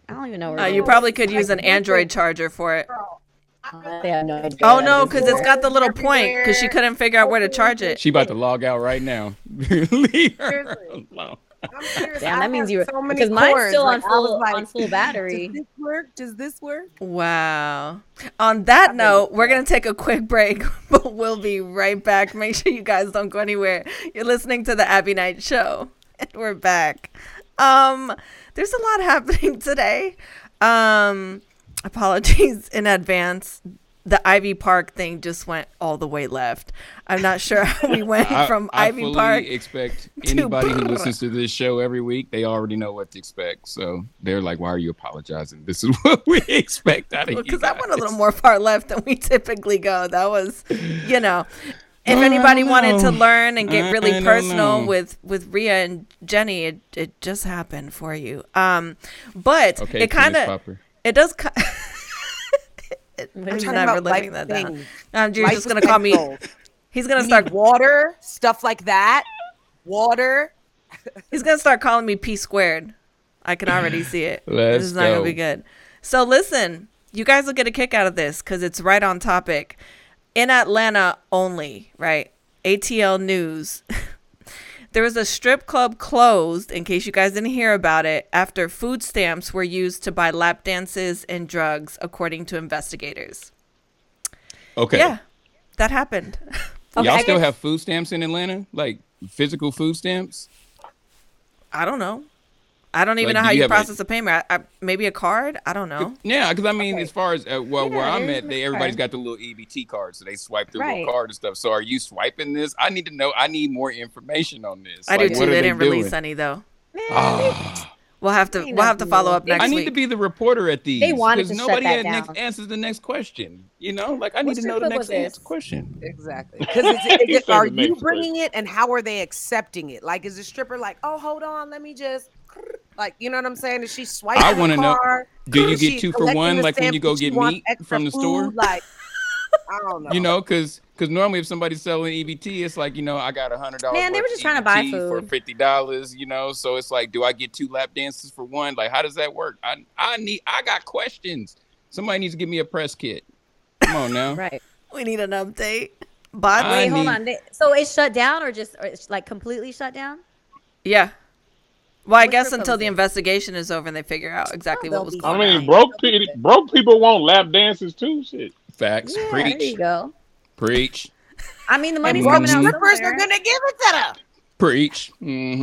Speaker 5: I don't even know. Where
Speaker 3: Uh,
Speaker 5: it
Speaker 3: you
Speaker 5: is.
Speaker 3: probably could use an Android charger for it.
Speaker 5: I have no idea
Speaker 3: Oh
Speaker 5: what
Speaker 3: no,
Speaker 5: that is.
Speaker 3: because it's got the little point. Because she couldn't figure out where to charge it.
Speaker 6: she about to log out right now. Leave her
Speaker 7: Seriously.
Speaker 6: alone.
Speaker 7: I'm serious.
Speaker 5: Damn,
Speaker 7: I
Speaker 5: that means
Speaker 7: have
Speaker 5: you were
Speaker 7: so many
Speaker 5: because mine's
Speaker 7: cords.
Speaker 5: still on
Speaker 7: Like, I was
Speaker 5: full
Speaker 7: like,
Speaker 5: on full
Speaker 7: Does
Speaker 5: battery.
Speaker 7: this work? Does this work?
Speaker 3: Wow. On that note, we're going to take a quick break, but we'll be right back. Make sure you guys don't go anywhere. You're listening to the Abby Night Show, and we're back. Um, there's a lot happening today. Um, apologies in advance. The Ivy Park thing just went all the way left. I'm not sure how we went
Speaker 6: I-
Speaker 3: from
Speaker 6: I
Speaker 3: Ivy
Speaker 6: fully
Speaker 3: Park.
Speaker 6: expect
Speaker 3: to
Speaker 6: anybody who
Speaker 3: Barbara.
Speaker 6: listens to this show every week, they already know what to expect. So they're like, "Why are you apologizing? This is what we expect out of you."
Speaker 3: because that went a
Speaker 6: guys."
Speaker 3: little more far left than we typically go. That was, you know, if
Speaker 6: I
Speaker 3: anybody
Speaker 6: don't
Speaker 3: wanted to
Speaker 6: know.
Speaker 3: learn and get
Speaker 6: I-
Speaker 3: really
Speaker 6: I don't
Speaker 3: personal
Speaker 6: know.
Speaker 3: with with Rhea and Jenny, it it just happened for you. Um, but
Speaker 6: Okay,
Speaker 3: it kind
Speaker 6: penis
Speaker 3: of
Speaker 6: popper.
Speaker 3: it does. ki- It- I'm
Speaker 5: talking
Speaker 3: never
Speaker 7: about life
Speaker 3: living that down.
Speaker 7: things.
Speaker 3: Um, you're
Speaker 7: Life
Speaker 3: just gonna call me.
Speaker 7: essentials.
Speaker 3: He's gonna
Speaker 7: We
Speaker 3: start.
Speaker 7: need water, stuff like that. Water.
Speaker 3: He's gonna start calling me P squared. I can already see it.
Speaker 6: Let's
Speaker 3: this is not gonna
Speaker 6: go.
Speaker 3: be good. So listen, you guys will get a kick out of this because it's right on topic. In Atlanta only, right? ATL News. there was a strip club closed, in case you guys didn't hear about it, after food stamps were used to buy lap dances and drugs, according to investigators.
Speaker 6: Okay.
Speaker 3: Yeah, that happened.
Speaker 6: Y'all
Speaker 5: I
Speaker 6: still
Speaker 5: guess-
Speaker 6: have food stamps in Atlanta? Like physical food stamps?
Speaker 3: I don't know. I don't even
Speaker 6: Like,
Speaker 3: know
Speaker 6: do
Speaker 3: how
Speaker 6: you
Speaker 3: you,
Speaker 6: have a-
Speaker 3: process a payment. I, I, maybe a card? I don't know.
Speaker 6: Yeah, because I mean, as far as uh, well, where
Speaker 5: Yeah,
Speaker 6: I'm
Speaker 5: it is
Speaker 6: at,
Speaker 5: in
Speaker 6: they
Speaker 5: the
Speaker 6: everybody's
Speaker 5: car.
Speaker 6: got the little E EBT card, so they swipe the
Speaker 5: Right.
Speaker 6: little card and stuff. So are you swiping this? I need to know. I need more information on this.
Speaker 3: I
Speaker 6: Like,
Speaker 3: do
Speaker 6: what
Speaker 3: too.
Speaker 6: are
Speaker 3: They didn't release
Speaker 6: doing?
Speaker 3: any though.
Speaker 6: Ah,
Speaker 3: We'll have to
Speaker 5: They
Speaker 3: we'll have to
Speaker 5: know.
Speaker 3: follow up
Speaker 5: They- I
Speaker 3: next
Speaker 6: I need
Speaker 3: week.
Speaker 6: to be the reporter at these.
Speaker 5: wanted
Speaker 6: 'cause
Speaker 5: to shut
Speaker 6: nobody
Speaker 5: that
Speaker 6: had next
Speaker 5: down.
Speaker 6: answers the next question. You know, like I need
Speaker 5: What's
Speaker 6: to
Speaker 5: your
Speaker 6: know the
Speaker 5: clip
Speaker 6: next
Speaker 5: with this?
Speaker 6: answer question.
Speaker 7: Exactly. Because it,
Speaker 4: He
Speaker 7: is it-
Speaker 4: said
Speaker 7: are
Speaker 4: the next
Speaker 7: you
Speaker 4: word.
Speaker 7: bringing it, and how are they accepting it? Like, is the stripper like, oh, hold on, let me just, like, you know what I'm saying? Is she swiping?
Speaker 6: I wanna
Speaker 7: want to
Speaker 6: know, do you get two for one, like when you go get meat from the store?
Speaker 7: Like, I don't know.
Speaker 6: You know, because normally if somebody's selling EBT, it's like you know I got a hundred dollars.
Speaker 5: Man, they were just trying to buy
Speaker 6: E for
Speaker 5: food.
Speaker 6: fifty dollars. You know, so it's like, do I get two lap dances for one? Like, how does that work? I I need I got questions. Somebody needs to give me a press kit. Come on now.
Speaker 5: Right.
Speaker 3: we need an update. But
Speaker 6: I
Speaker 5: Wait, hold
Speaker 6: need-
Speaker 5: on. They- So it's shut down or just or it's like completely shut down?
Speaker 3: yeah. Well, I
Speaker 5: What's
Speaker 3: guess
Speaker 5: your
Speaker 3: until the
Speaker 5: proposal?
Speaker 3: investigation is over and they figure out exactly
Speaker 5: they'll
Speaker 3: what was
Speaker 5: be
Speaker 4: I
Speaker 3: going on.
Speaker 4: mean, broke pe- broke people want lap dances too. Shit.
Speaker 6: Facts.
Speaker 5: There you
Speaker 6: Preach.
Speaker 5: go.
Speaker 6: Preach.
Speaker 5: I mean, the money's
Speaker 6: broke
Speaker 5: coming out.
Speaker 7: Strippers are
Speaker 5: somewhere.
Speaker 7: gonna give it to them.
Speaker 6: Preach. Mm-hmm.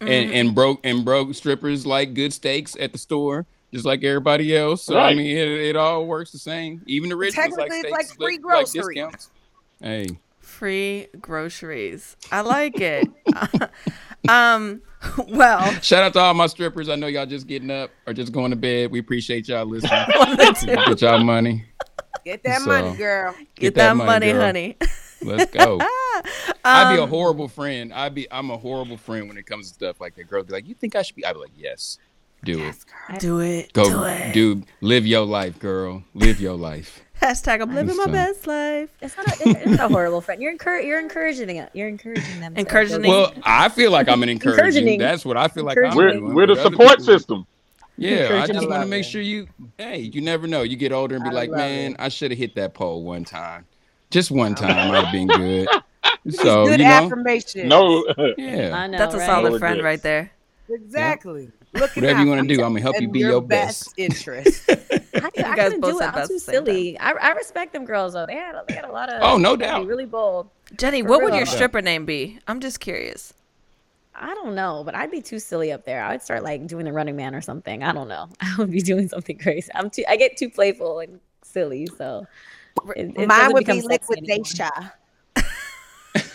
Speaker 6: And
Speaker 5: Mm-hmm.
Speaker 6: and broke and broke strippers like good steaks at the store, just like everybody else. So I
Speaker 4: Right.
Speaker 6: mean, it, it all works the same. Even the rich ones like
Speaker 7: Technically, it's
Speaker 6: steaks,
Speaker 7: like free
Speaker 6: but, like
Speaker 7: groceries.
Speaker 6: discounts. Hey.
Speaker 3: Free groceries. I like it. um well,
Speaker 6: Shout out to all my strippers. I know y'all just getting up or just going to bed. We appreciate y'all listening. Get y'all money.
Speaker 7: Get that
Speaker 6: So-
Speaker 7: money, girl.
Speaker 3: get, that, money,
Speaker 6: girl.
Speaker 3: honey.
Speaker 6: Let's go. I'd be a horrible friend. I'd be I'm a horrible friend when it comes to stuff like that. Girl be like, You think I should be I'd be like, Yes. Do it.
Speaker 3: Do it.
Speaker 6: Go
Speaker 3: do it.
Speaker 6: dude. Live your life, girl. Live your life.
Speaker 3: Hashtag I'm living my
Speaker 6: Understand.
Speaker 3: best life.
Speaker 5: It's not, a, it's not a horrible friend. You're encour- you're encouraging it. You're encouraging them. to
Speaker 3: Encouraging
Speaker 5: go-
Speaker 6: Well, I feel like I'm an encouraging.
Speaker 5: Encouraging.
Speaker 6: That's what I feel like I'm
Speaker 4: We're
Speaker 6: doing,
Speaker 4: we're the
Speaker 6: but other
Speaker 4: support
Speaker 6: people-
Speaker 4: system.
Speaker 6: Yeah, I
Speaker 5: Encouraging
Speaker 6: just
Speaker 5: people.
Speaker 6: want to make sure you. Hey, you never know. You get older and be like, man, I should have hit that pole one time. Just one time, I'd have been good. So oh,
Speaker 7: Good
Speaker 6: you know,
Speaker 7: affirmation.
Speaker 4: No,
Speaker 6: yeah.
Speaker 5: I know,
Speaker 3: That's a
Speaker 5: right?
Speaker 3: solid
Speaker 4: No
Speaker 3: friend
Speaker 4: regrets.
Speaker 3: right there.
Speaker 7: Exactly.
Speaker 6: Whatever
Speaker 7: Looking
Speaker 6: you
Speaker 7: out
Speaker 6: want
Speaker 7: for
Speaker 6: to do, I'm gonna help you
Speaker 7: and
Speaker 6: be your best.
Speaker 7: interest.
Speaker 5: I, I
Speaker 3: guys
Speaker 5: couldn't
Speaker 3: both
Speaker 5: do it.
Speaker 3: said best
Speaker 5: I'm too
Speaker 3: at the same time.
Speaker 5: silly. I, I respect them girls though. They had a, they had a lot of.
Speaker 6: Oh, no
Speaker 5: they had to be
Speaker 6: doubt.
Speaker 5: Really bold.
Speaker 3: Jenny,
Speaker 5: For
Speaker 3: what would
Speaker 5: real.
Speaker 6: Uh-huh.
Speaker 3: your stripper name be? I'm just curious.
Speaker 5: I don't know, but I'd be too silly up there. I would start like doing the Running Man or something. I don't know. I would be doing something crazy. I'm too. I get too playful and silly. So it, it
Speaker 7: Mine
Speaker 5: doesn't
Speaker 7: would be
Speaker 5: become sexy anymore.
Speaker 7: liquidation.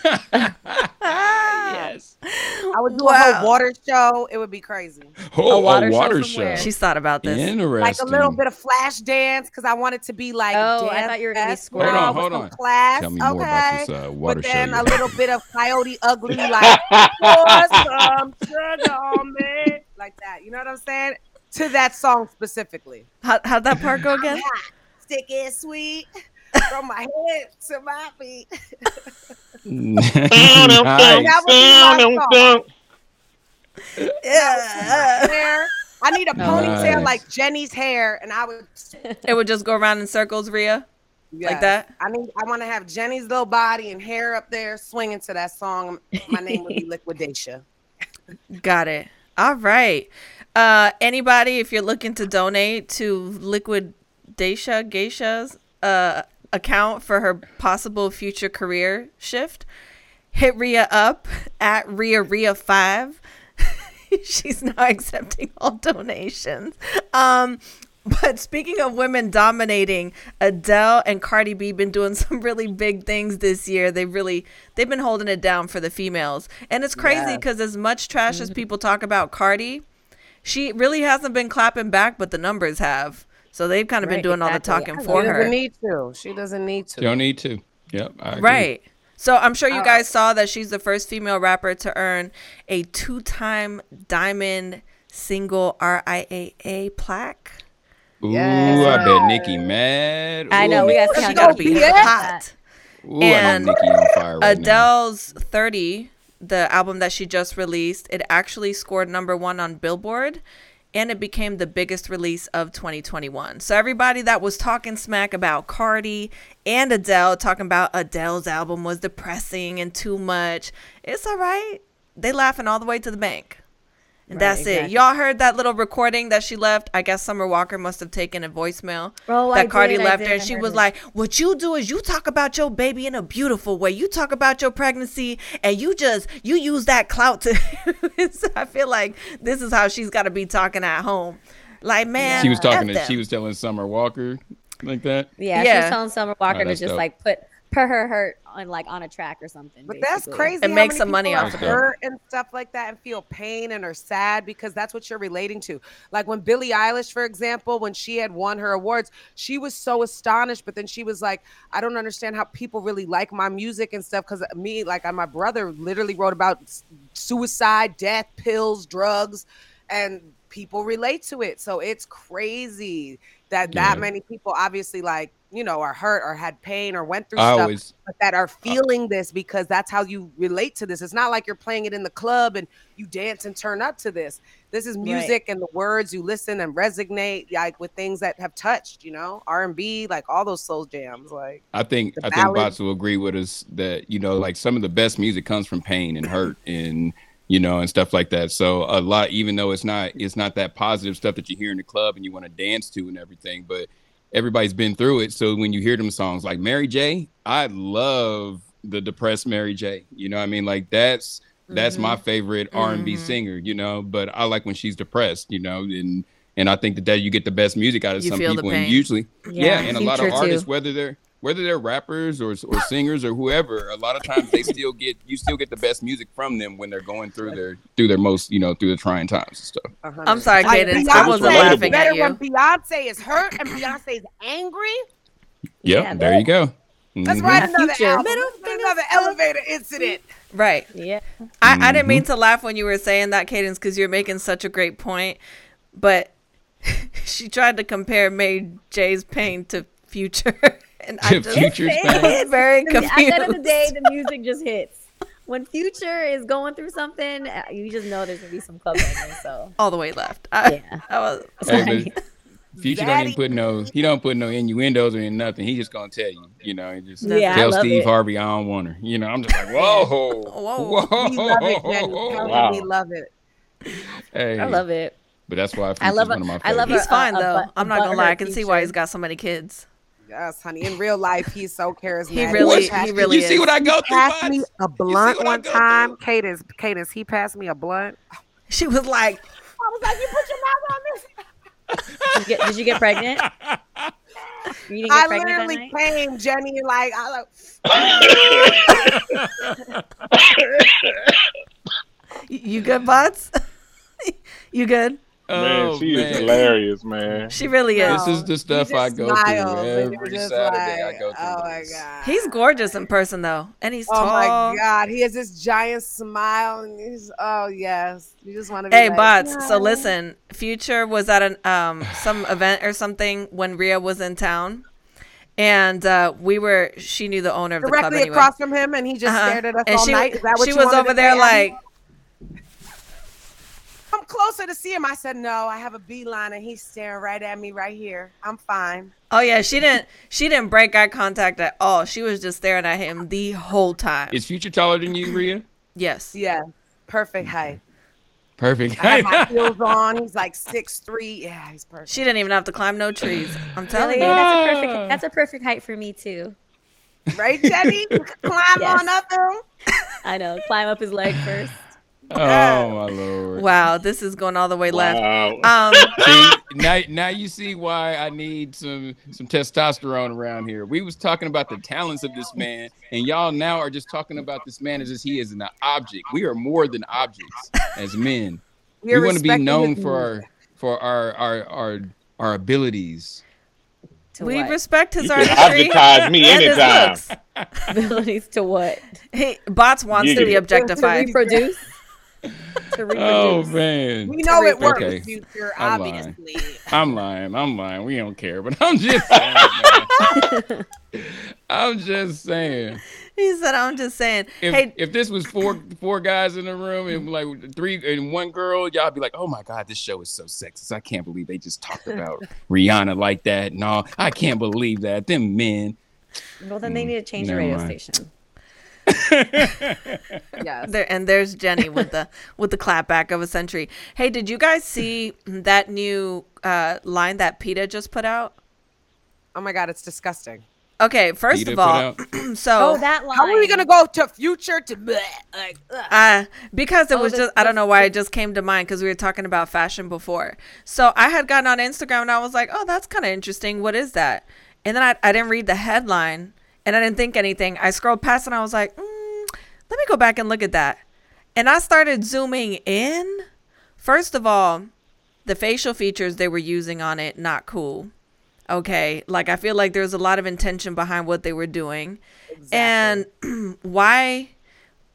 Speaker 6: yes.
Speaker 7: I I would do a
Speaker 3: Wow.
Speaker 7: whole water show. It would be crazy.
Speaker 6: Oh, a water,
Speaker 5: water show from
Speaker 6: show.
Speaker 5: where?
Speaker 3: She's thought about this.
Speaker 6: Interesting.
Speaker 7: Like a little bit of flash dance because I want it to be like.
Speaker 5: Oh, I
Speaker 7: dance
Speaker 5: thought you were gonna be
Speaker 7: fest
Speaker 5: Hold
Speaker 6: on,
Speaker 7: now with
Speaker 6: hold
Speaker 7: some
Speaker 6: on.
Speaker 7: Class.
Speaker 6: Tell me
Speaker 7: okay.
Speaker 6: more about this uh, water
Speaker 7: but then
Speaker 6: show.
Speaker 7: a little bit of coyote ugly, like pour some sugar on me, like that. You know what I'm saying? To that song specifically.
Speaker 3: How, how'd that part go again?
Speaker 7: Stick it sweet from my head to my feet. That
Speaker 6: nice.
Speaker 7: would be my song.
Speaker 3: Yeah.
Speaker 7: Hair. I
Speaker 5: Oh,
Speaker 7: need a ponytail
Speaker 6: Nice.
Speaker 7: like Jenny's hair, and I would
Speaker 3: It would just go around in circles, Rhea.
Speaker 7: Yes.
Speaker 3: that?
Speaker 7: I mean, I want to have Jenny's little body and hair up there swinging to that song. My name would be Liquidation.
Speaker 3: Got it. All right. Uh, anybody, if you're looking to donate to Liquid Daisha Geisha's uh, account for her possible future career shift, hit Rhea up at Rhea Rhea Five. She's now accepting all donations. Um, but speaking of women dominating, Adele and Cardi B been doing some really big things this year. They really they've been holding it down for the females, and it's crazy because as much trash
Speaker 5: Mm-hmm.
Speaker 3: as people talk about Cardi, she really hasn't been clapping back, but the numbers have. So they've kind of been
Speaker 5: Right,
Speaker 3: doing all the
Speaker 5: exactly.
Speaker 3: talking
Speaker 5: I
Speaker 3: for
Speaker 7: she
Speaker 3: her.
Speaker 7: doesn't need to. She doesn't need to.
Speaker 6: Don't need to. Yep. I agree.
Speaker 3: Right. So I'm sure you guys saw that she's the first female rapper to earn a two-time diamond single RIAA plaque.
Speaker 6: Ooh, I
Speaker 5: Yes.
Speaker 6: bet Nikki mad.
Speaker 5: I
Speaker 6: Ooh,
Speaker 5: know, we gotta
Speaker 6: Nicki-
Speaker 5: see how
Speaker 3: She gotta be
Speaker 5: Yeah.
Speaker 3: hot.
Speaker 6: Ooh, and
Speaker 3: and
Speaker 6: Nikki on fire right now.
Speaker 3: Adele's 30, the album that she just released, it actually scored number 1 on Billboard and it became the biggest release of 2021. So everybody that was talking smack about Cardi and Adele talking about Adele's album was depressing and too much. It's all right. They laughing all the way to the bank. And that's it.
Speaker 5: exactly.
Speaker 3: Y'all heard that little recording that she left. I guess Summer Walker must have taken a voicemail
Speaker 5: Oh,
Speaker 3: that
Speaker 5: I
Speaker 3: Cardi
Speaker 5: did, I
Speaker 3: left
Speaker 5: did,
Speaker 3: her, and
Speaker 5: I
Speaker 3: she
Speaker 5: heard
Speaker 3: was
Speaker 5: it.
Speaker 3: like, "What you do is you talk about your baby in a beautiful way. You talk about your pregnancy, and you just you use that clout to." So I feel like this is how she's got to be talking at home. Like, man,
Speaker 6: She was talking
Speaker 3: F
Speaker 6: to, she
Speaker 3: them.
Speaker 6: was telling Summer Walker like that.
Speaker 5: Yeah, she
Speaker 3: Yeah.
Speaker 5: was telling Summer Walker to
Speaker 6: Oh, that's
Speaker 5: just
Speaker 6: dope.
Speaker 5: like put per her hurt on like on a track or something.
Speaker 7: But that's
Speaker 5: basically.
Speaker 7: crazy.
Speaker 3: And
Speaker 7: how
Speaker 3: make
Speaker 7: many
Speaker 3: some money
Speaker 7: people
Speaker 6: off
Speaker 7: are
Speaker 6: of it.
Speaker 7: hurt and stuff like that, and feel pain and are sad because that's what you're relating to. Like when Billie Eilish, for example, when she had won her awards, she was so astonished. But then she was like, "I don't understand how people really like my music and stuff." Because me, like I- my brother, literally wrote about s- suicide, death, pills, drugs, and people relate to it. So it's crazy that
Speaker 6: Yeah.
Speaker 7: that many people obviously like you know are hurt or had pain or went through
Speaker 6: I
Speaker 7: stuff
Speaker 6: always
Speaker 7: but that are feeling this because that's how you relate to this. It's not like you're playing it in the club and you dance and turn up to this. This is music and the words you listen and resonate like with things that have touched, you know, R and B, like all those soul jams. Like
Speaker 6: I think
Speaker 7: The
Speaker 6: I think
Speaker 7: ballad.
Speaker 6: Bots will agree with us that you know like some of the best music comes from pain and hurt and you know and stuff like that. So a lot, even though it's not it's not that positive stuff that you hear in the club and you want to dance to and everything, but everybody's been through it. So when you hear them songs like Mary J, I love the depressed Mary J. You know, what I mean, like that's that's my favorite R and B
Speaker 3: Mhm.
Speaker 6: singer. You know, but I like when she's depressed. You know, and and I think that, that you get the best music out of
Speaker 3: You
Speaker 6: some
Speaker 3: feel the
Speaker 6: people,
Speaker 3: pain.
Speaker 6: and usually yeah, and a lot of
Speaker 5: Future, too.
Speaker 6: artists, whether they're whether they're rappers or or singers or whoever, a lot of times they still get you still get the best music from them when they're going through their through their most you know through the trying times and stuff.
Speaker 3: I'm sorry,
Speaker 7: Like,
Speaker 3: Cadence. I wasn't
Speaker 7: Beyonce is
Speaker 3: laughing
Speaker 7: better
Speaker 3: at you.
Speaker 7: When Beyonce is hurt and Beyonce is angry.
Speaker 6: Yep,
Speaker 5: Yeah,
Speaker 6: there you go.
Speaker 7: Let's
Speaker 6: Mhm.
Speaker 7: write
Speaker 5: Mhm.
Speaker 7: another
Speaker 5: Future.
Speaker 7: album. Let's write another elevator incident.
Speaker 3: Right.
Speaker 5: Yeah.
Speaker 3: I, I didn't mean
Speaker 6: Mm-hmm.
Speaker 3: to laugh when you were saying that, Cadence, because you're making such a great point. But she tried to compare May J's pain to Future, and I just
Speaker 6: Future's pain.
Speaker 3: was very
Speaker 5: The-
Speaker 3: confused.
Speaker 5: At the end of the day, the music just hits. When Future is going through something, uh, you just know there's gonna be some club banging. So
Speaker 3: all the way left. I,
Speaker 5: Yeah.
Speaker 3: I was,
Speaker 6: Hey, but Future don't even put no he don't put no innuendos or nothing. He just gonna tell you, you know, he just
Speaker 5: Yeah, I
Speaker 6: tell
Speaker 5: love
Speaker 6: Steve
Speaker 5: it.
Speaker 6: Harvey I don't want her. You know, I'm just like whoa,
Speaker 3: Whoa.
Speaker 6: whoa,
Speaker 7: We love it,
Speaker 6: oh,
Speaker 7: Jenny.
Speaker 4: Wow.
Speaker 7: Tell me We love it.
Speaker 6: Hey,
Speaker 5: I love it.
Speaker 6: But that's why
Speaker 5: I
Speaker 6: Future's
Speaker 5: love
Speaker 6: one of my
Speaker 5: a-
Speaker 6: favorites.
Speaker 5: I love
Speaker 3: he's
Speaker 5: a-
Speaker 3: fine
Speaker 5: a
Speaker 3: though.
Speaker 5: butt-
Speaker 3: I'm
Speaker 5: a
Speaker 3: not gonna lie. I
Speaker 5: butthurt
Speaker 3: can see why he's
Speaker 5: Future.
Speaker 3: got so many kids.
Speaker 7: Yes, honey. In real life, he's so charismatic.
Speaker 3: He really,
Speaker 7: Passionate.
Speaker 3: he really
Speaker 6: you see
Speaker 3: is.
Speaker 6: what I go through?
Speaker 7: passed me
Speaker 6: Bots?
Speaker 7: a blunt
Speaker 6: what I
Speaker 7: one
Speaker 6: go
Speaker 7: time. Cadence, Cadence, he passed me a blunt.
Speaker 3: she was like,
Speaker 7: I was like, you put your mouth on this.
Speaker 5: Did you get, did you get pregnant? You didn't get
Speaker 7: I
Speaker 5: pregnant that
Speaker 7: literally
Speaker 5: night?
Speaker 7: came, Jenny, like, I like,
Speaker 3: "You- You good, bots? you good?
Speaker 4: man,
Speaker 6: Oh,
Speaker 4: she
Speaker 6: man.
Speaker 4: is hilarious, man.
Speaker 3: She really is.
Speaker 6: This is the stuff
Speaker 7: You
Speaker 6: I
Speaker 7: just
Speaker 6: go
Speaker 7: smile, and
Speaker 6: through
Speaker 7: you're
Speaker 6: every
Speaker 7: just
Speaker 6: Saturday. I
Speaker 7: like,
Speaker 6: go through.
Speaker 7: Oh my
Speaker 6: this.
Speaker 7: god.
Speaker 3: He's gorgeous in person though, and he's
Speaker 7: Oh
Speaker 3: tall.
Speaker 7: my god. He has this giant smile and he's oh yes. You just want to be
Speaker 3: Hey,
Speaker 7: like,
Speaker 3: bots. So
Speaker 7: "No."
Speaker 3: listen, Future was at an um some event or something when Rhea was in town, and uh, we were. She knew the owner of the club
Speaker 7: directly
Speaker 3: anyway.
Speaker 7: across from him and he just
Speaker 3: Uh-huh.
Speaker 7: stared at us
Speaker 3: And
Speaker 7: all
Speaker 3: she,
Speaker 7: night. Is that what
Speaker 3: she
Speaker 7: you
Speaker 3: was
Speaker 7: wanted
Speaker 3: over
Speaker 7: to
Speaker 3: there
Speaker 7: say?
Speaker 3: like,
Speaker 7: I'm closer to see him. I said, No, I have a beeline and he's staring right at me right here. I'm fine.
Speaker 3: oh yeah, she didn't. She didn't break eye contact at all. She was just staring at him the whole time.
Speaker 6: Is Future taller than you, Rhea?
Speaker 3: yes.
Speaker 7: Yeah. Perfect
Speaker 6: Mm-hmm.
Speaker 7: height.
Speaker 6: Perfect.
Speaker 7: I have Oh, my heels on. He's like six three. Yeah, he's perfect.
Speaker 3: She didn't even have to climb no trees. I'm telling
Speaker 5: Really,
Speaker 3: you.
Speaker 5: that's a perfect. That's a perfect height for me too.
Speaker 7: Right, Jenny? You can climb
Speaker 5: Yes.
Speaker 7: on up him.
Speaker 5: I know. Climb up his leg first.
Speaker 6: oh my lord.
Speaker 3: Wow, this is going all the way left.
Speaker 4: Wow.
Speaker 3: Um,
Speaker 6: See, now, now you see why I need some some testosterone around here. We was talking about the talents of this man, and y'all now are just talking about this man as if he is an object. We are more than objects as men.
Speaker 7: We're
Speaker 6: we want to be
Speaker 7: respecting
Speaker 6: known
Speaker 7: his
Speaker 6: for
Speaker 7: mood.
Speaker 6: our for our our our, our abilities.
Speaker 5: To
Speaker 3: we
Speaker 5: what?
Speaker 3: respect his
Speaker 4: You can
Speaker 3: artistry
Speaker 4: objectize me
Speaker 3: and his
Speaker 4: anytime.
Speaker 3: looks.
Speaker 5: abilities to what?
Speaker 3: He, Bots wants to be
Speaker 4: Giggity.
Speaker 5: To
Speaker 3: objectified.
Speaker 5: reproduce. to reproduce.
Speaker 6: Oh man,
Speaker 7: We know it works,
Speaker 6: Okay.
Speaker 7: future,
Speaker 6: I'm lying.
Speaker 7: obviously.
Speaker 6: I'm lying. I'm lying. We don't care, but I'm just saying. man. I'm just saying.
Speaker 3: He said, "I'm just saying."
Speaker 6: If,
Speaker 3: hey,
Speaker 6: if this was four four guys in the room and like three and one girl, y'all be like, "Oh my god, this show is so sexist! I can't believe they just talked about Rihanna like that." No, I can't believe that. Them men.
Speaker 5: Well, then they need to change the
Speaker 6: Mm,
Speaker 5: radio
Speaker 6: never mind.
Speaker 5: station.
Speaker 7: Yes.
Speaker 3: there and there's Jenny with the with the clapback of a century. Hey, did you guys see that new uh, line that Peta just put out?
Speaker 7: Oh my God, it's disgusting.
Speaker 3: Okay, first
Speaker 6: Peta
Speaker 3: of
Speaker 6: put
Speaker 3: all,
Speaker 6: out-
Speaker 3: so
Speaker 5: Oh, that line.
Speaker 7: How are we gonna go to future to bleh, like? ugh.
Speaker 3: Uh, because it
Speaker 5: Oh,
Speaker 3: was
Speaker 5: this-
Speaker 3: just, I don't
Speaker 5: this-
Speaker 3: know why it just came to mind because we were talking about fashion before. So I had gotten on Instagram and I was like, oh, that's kind of interesting. What is that? And then I, I didn't read the headline and I didn't think anything. I scrolled past and I was like, mm, let me go back and look at that. And I started zooming in. First of all, the facial features they were using on it, not cool. Okay. Like I feel like there's a lot of intention behind what they were doing. And why?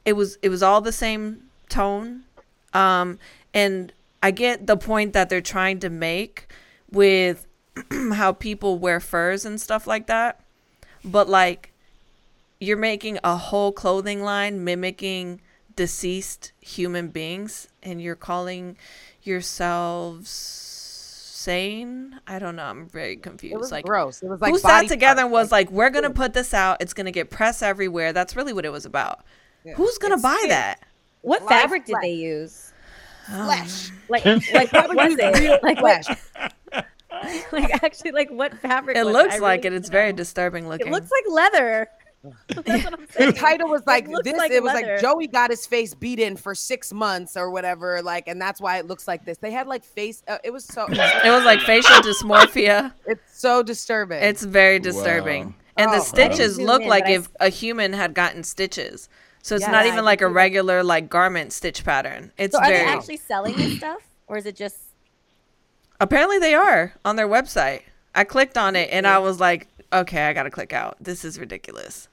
Speaker 3: it was it was all the same tone um and i get the point that they're trying to make with how people wear furs and stuff like that but like you're making a whole clothing line mimicking deceased human beings and you're calling yourselves sane i don't know i'm very confused
Speaker 7: It was
Speaker 3: like
Speaker 7: gross. It was like
Speaker 3: who
Speaker 7: body
Speaker 3: sat together
Speaker 7: parts,
Speaker 3: and was like, "We're gonna put this out. It's gonna get press everywhere." That's really what it was about. Who's gonna buy that?
Speaker 5: What
Speaker 7: Live
Speaker 5: fabric did
Speaker 7: flesh.
Speaker 5: they use?
Speaker 7: flesh.
Speaker 5: Like, like what was it? Like,
Speaker 7: flesh.
Speaker 5: what, like actually, like what fabric?
Speaker 3: It
Speaker 5: was
Speaker 3: looks
Speaker 5: I
Speaker 3: like
Speaker 5: really
Speaker 3: it. It's
Speaker 5: don't
Speaker 3: very
Speaker 5: know.
Speaker 3: disturbing
Speaker 5: It
Speaker 3: looking.
Speaker 5: looks like leather. That's what I'm
Speaker 7: The
Speaker 5: saying.
Speaker 7: title was like
Speaker 5: looks
Speaker 7: this.
Speaker 5: like
Speaker 7: it was
Speaker 5: leather.
Speaker 7: like Joey got his face beat in for six months or whatever, like, and that's why it looks like this. They had like face. Uh, it was so.
Speaker 3: it was like facial dysmorphia.
Speaker 7: it's so disturbing.
Speaker 3: It's very disturbing.
Speaker 6: Wow.
Speaker 3: And
Speaker 7: Oh.
Speaker 3: the stitches
Speaker 5: Zoom
Speaker 3: look
Speaker 5: in,
Speaker 3: like
Speaker 5: but I
Speaker 3: if a human had gotten stitches. So it's
Speaker 5: Yeah,
Speaker 3: not
Speaker 5: I
Speaker 3: even
Speaker 5: can
Speaker 3: like a
Speaker 5: see that.
Speaker 3: regular like garment stitch pattern. It's
Speaker 5: So are
Speaker 3: very
Speaker 5: they actually selling this stuff, or is it just?
Speaker 3: apparently they are on their website. I clicked on it and I was like, okay, I gotta click out. This is ridiculous.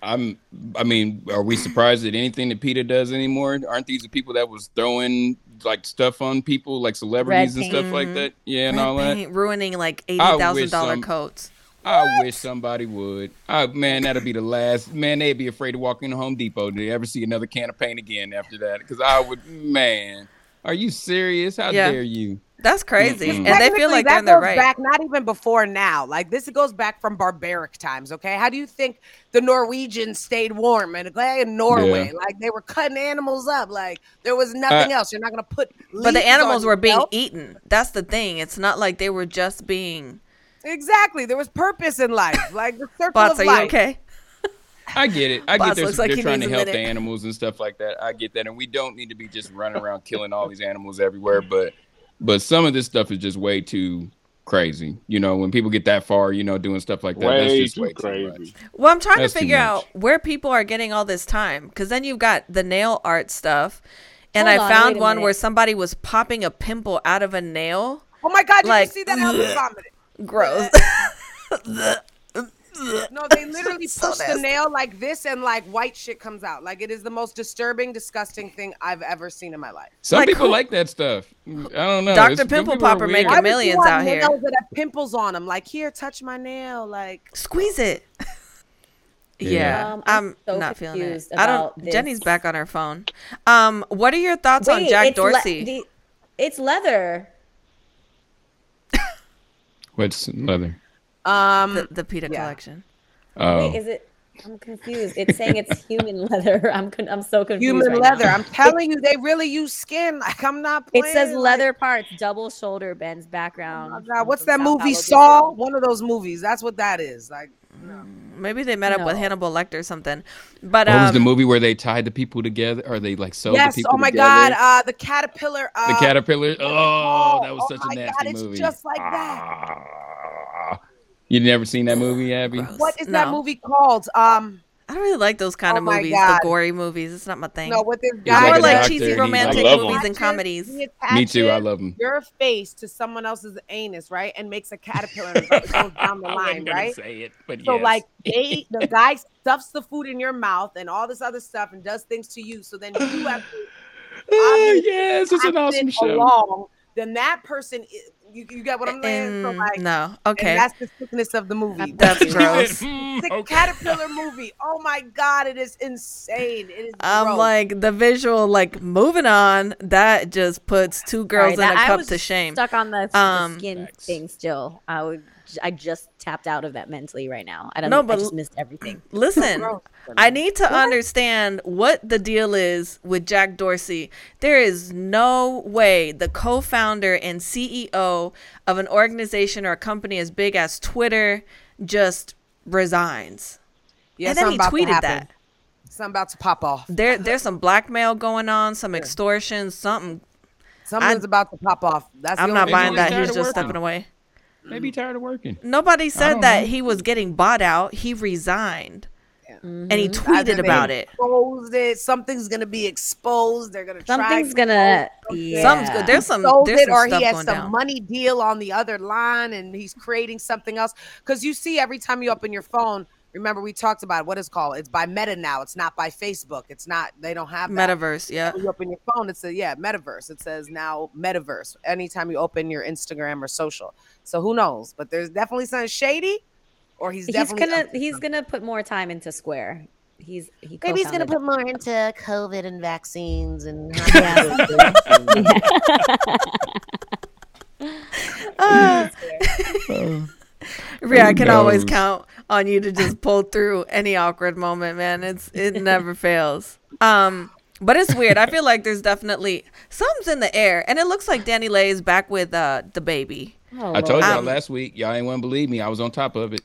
Speaker 6: I'm. I mean, are we surprised at anything that Peter does anymore? Aren't these the people that was throwing like stuff on people, like celebrities and stuff
Speaker 5: paint.
Speaker 6: like that? Yeah, and
Speaker 3: Red
Speaker 6: all that.
Speaker 3: paint ruining like eighty thousand dollar
Speaker 6: some-
Speaker 3: coats.
Speaker 6: I wish somebody would. I, man, that'll be the last. Man, they'd be afraid to walk into Home Depot to ever see another can of paint again after that. Because I would, man, are you serious? How
Speaker 3: Yeah.
Speaker 6: dare you?
Speaker 3: That's crazy.
Speaker 6: Mm-mm.
Speaker 3: And they feel
Speaker 7: Technically,
Speaker 3: like
Speaker 7: that
Speaker 3: they're in the
Speaker 7: goes
Speaker 3: right.
Speaker 7: back not even before now. Like this goes back from barbaric times. Okay, how do you think the Norwegians stayed warm in, in Norway?
Speaker 6: Yeah.
Speaker 7: Like they were cutting animals up. Like there was
Speaker 3: Uh,
Speaker 7: nothing else. You're not gonna put.
Speaker 3: but the
Speaker 7: leaves
Speaker 3: animals
Speaker 7: on
Speaker 3: were being
Speaker 7: yourself.
Speaker 3: eaten. That's the thing. It's not like they were just being
Speaker 7: Exactly. There was purpose in life. Like the circle
Speaker 3: bots.
Speaker 7: of
Speaker 3: Are you
Speaker 7: life.
Speaker 3: okay?
Speaker 6: I get it. I
Speaker 3: Boss
Speaker 6: get they're,
Speaker 3: looks like
Speaker 6: they're
Speaker 3: he
Speaker 6: trying to
Speaker 3: needs a
Speaker 6: help the
Speaker 3: minute.
Speaker 6: animals and stuff like that. I get that, and we don't need to be just running around killing all these animals everywhere. But, but some of this stuff is just way too crazy. You know, when people get that far, you know, doing stuff like that, that's
Speaker 4: way
Speaker 6: just
Speaker 4: too
Speaker 6: way too
Speaker 4: crazy.
Speaker 6: much.
Speaker 3: Well, I'm trying
Speaker 6: That's
Speaker 3: to
Speaker 6: too
Speaker 3: figure
Speaker 6: much.
Speaker 3: out where people are getting all this time because then you've got the nail art stuff. And
Speaker 5: Hold
Speaker 3: I
Speaker 5: on,
Speaker 3: found
Speaker 5: wait a
Speaker 3: one
Speaker 5: minute.
Speaker 3: where somebody was popping a pimple out of a nail.
Speaker 7: Oh my God! Did
Speaker 3: Like-
Speaker 7: you see that? I almost vomited.
Speaker 3: Gross.
Speaker 7: No, they literally
Speaker 3: So
Speaker 7: push the
Speaker 3: nasty.
Speaker 7: nail like this, and like white shit comes out. Like it is the most disturbing, disgusting thing I've ever seen in my life.
Speaker 6: Some
Speaker 3: Like
Speaker 6: people
Speaker 3: who-
Speaker 6: like that stuff. I don't know.
Speaker 3: Dr.
Speaker 6: It's- some
Speaker 3: Pimple
Speaker 6: people are
Speaker 3: Popper
Speaker 6: weird.
Speaker 3: making-
Speaker 7: Why would you
Speaker 3: millions
Speaker 7: want
Speaker 3: out here.
Speaker 7: nails that have pimples on them. Like here, touch my nail. Like
Speaker 3: Squeeze it. Yeah,
Speaker 5: Um, I'm
Speaker 3: I'm,
Speaker 5: so
Speaker 3: not feeling it.
Speaker 5: confused
Speaker 3: I
Speaker 5: about
Speaker 3: don't.
Speaker 5: this.
Speaker 3: Jenny's back on her phone. Um, what are your thoughts on
Speaker 5: Wait,
Speaker 3: Jack
Speaker 5: it's le-
Speaker 3: Dorsey?
Speaker 5: the- it's leather.
Speaker 6: What's leather?
Speaker 7: um,
Speaker 3: the, the PETA
Speaker 7: yeah.
Speaker 3: collection.
Speaker 6: Oh,
Speaker 5: Wait, is it? I'm confused. It's saying it's human leather. I'm con- I'm so confused.
Speaker 7: human
Speaker 5: right now.
Speaker 7: leather. I'm telling you, they really use skin. Like I'm not.
Speaker 5: It
Speaker 7: Playing.
Speaker 5: says
Speaker 7: like-
Speaker 5: leather parts, double shoulder bends,
Speaker 7: Oh
Speaker 5: background.
Speaker 7: my
Speaker 5: from-
Speaker 7: God, what's
Speaker 5: from Sao
Speaker 7: that movie?
Speaker 5: Paulo,
Speaker 7: Saw.
Speaker 5: Brazil.
Speaker 7: One of those movies. That's what that is. Like
Speaker 3: Maybe they met up with
Speaker 5: No.
Speaker 3: Hannibal Lecter or something. But
Speaker 6: what
Speaker 3: um,
Speaker 6: was the movie where they tied the people together? Or they like sewed
Speaker 7: yes.
Speaker 6: the people
Speaker 7: Oh my
Speaker 6: together?
Speaker 7: God. Uh, the caterpillar. Uh,
Speaker 6: the caterpillar. Oh,
Speaker 7: oh,
Speaker 6: that was
Speaker 7: oh
Speaker 6: such a
Speaker 7: my
Speaker 6: nasty
Speaker 7: God, it's
Speaker 6: movie.
Speaker 7: just like that.
Speaker 6: Ah. You never seen that movie, Abby?
Speaker 3: Gross.
Speaker 7: What is that
Speaker 3: Ah, No.
Speaker 7: movie called? Um,
Speaker 3: I don't really like those kind
Speaker 7: Oh
Speaker 3: of
Speaker 7: my
Speaker 3: movies,
Speaker 7: God.
Speaker 3: the gory movies. It's not my thing.
Speaker 7: no, with this
Speaker 6: He's
Speaker 7: guy.
Speaker 3: More
Speaker 6: like a
Speaker 3: like
Speaker 6: doctor and
Speaker 3: cheesy
Speaker 6: he's-
Speaker 3: romantic
Speaker 4: I love 'em.
Speaker 3: movies and
Speaker 7: attaches-
Speaker 3: comedies.
Speaker 7: he
Speaker 6: Me too. I
Speaker 7: attaches
Speaker 6: love them.
Speaker 7: your face to someone else's anus, right? And makes a caterpillar and goes down the line, right?
Speaker 6: say it, but Ah,
Speaker 7: So like they the guy stuffs the food in your mouth and all this other stuff and does things to you. So then you have to
Speaker 6: oh, yes, it's an
Speaker 7: pass
Speaker 6: awesome
Speaker 7: it
Speaker 6: show.
Speaker 7: along. Then that person, i- you, you get what I'm saying? So
Speaker 3: Mm,
Speaker 7: like,
Speaker 3: no,
Speaker 7: and
Speaker 3: okay,
Speaker 7: that's the sickness of the movie.
Speaker 3: that's
Speaker 6: She said,
Speaker 3: gross.
Speaker 6: "Hmm,
Speaker 7: the
Speaker 6: okay."
Speaker 7: caterpillar movie. Oh my god, it is insane. It is.
Speaker 3: I'm
Speaker 7: gross.
Speaker 3: Um, like the visual, like moving on. That just puts two girls
Speaker 5: Sorry,
Speaker 3: in
Speaker 5: that-
Speaker 3: a
Speaker 5: I
Speaker 3: cup
Speaker 5: was
Speaker 3: to shame.
Speaker 5: Stuck on the,
Speaker 3: Um,
Speaker 5: the skin
Speaker 6: Facts.
Speaker 5: thing still. I would. I just tapped out of that mentally right now. I don't
Speaker 3: No,
Speaker 5: know. I
Speaker 3: but-
Speaker 5: just missed everything.
Speaker 3: Listen, I need to understand what the deal is with Jack Dorsey. There is no way the co founder and CEO of an organization or a company as big as Twitter just resigns.
Speaker 7: yeah,
Speaker 3: and then
Speaker 7: something
Speaker 3: he
Speaker 7: about to
Speaker 3: tweeted that.
Speaker 7: happen. Something about to pop off.
Speaker 3: There, there's some blackmail going on, some extortion, something.
Speaker 7: Something's about to pop off. That's
Speaker 3: I'm
Speaker 7: the
Speaker 3: not
Speaker 7: only
Speaker 3: buying
Speaker 7: reason.
Speaker 3: that.
Speaker 6: started
Speaker 3: He's just
Speaker 6: working.
Speaker 3: stepping away.
Speaker 6: They be tired of working.
Speaker 7: Mm.
Speaker 3: Nobody
Speaker 6: don't
Speaker 3: said that
Speaker 6: know.
Speaker 3: he was getting bought out. He resigned
Speaker 5: Mm-hmm.
Speaker 3: and he
Speaker 7: Either
Speaker 3: tweeted
Speaker 7: they
Speaker 3: about it.
Speaker 7: Exposed it. Something's gonna be exposed. They're gonna
Speaker 5: Something's
Speaker 7: try.
Speaker 5: gonna.
Speaker 7: something.
Speaker 5: Yeah.
Speaker 3: Something's good. There's some,
Speaker 7: sold
Speaker 3: there's
Speaker 7: it,
Speaker 3: some
Speaker 7: or
Speaker 3: stuff
Speaker 7: he has
Speaker 3: going
Speaker 7: some
Speaker 3: down.
Speaker 7: money deal on the other line, and he's creating something else. Because you see, every time you open your phone, remember we talked about what it's called. It's by Meta now. It's not by Facebook. It's not. They don't have that.
Speaker 3: Metaverse, yeah.
Speaker 7: When you open your phone, it says yeah, metaverse. It says now metaverse. Anytime you open your Instagram or social, so who knows? But there's definitely something shady, or he's
Speaker 5: He's
Speaker 7: definitely
Speaker 5: gonna. He's gonna put more time into Square. He's. He
Speaker 7: Maybe he's gonna
Speaker 5: co-founded
Speaker 7: put more into COVID and vaccines and
Speaker 3: Rhea, I can always
Speaker 6: knows?
Speaker 3: count on you to just pull through any awkward moment, man. It's it never fails. Um, but it's weird. I feel like there's definitely something's in the air, and it looks like Danny Lay is back with uh the baby.
Speaker 5: Oh,
Speaker 6: I told
Speaker 5: Lord.
Speaker 6: y'all
Speaker 3: Um,
Speaker 6: last week, y'all ain't want to believe me. I was on top of it.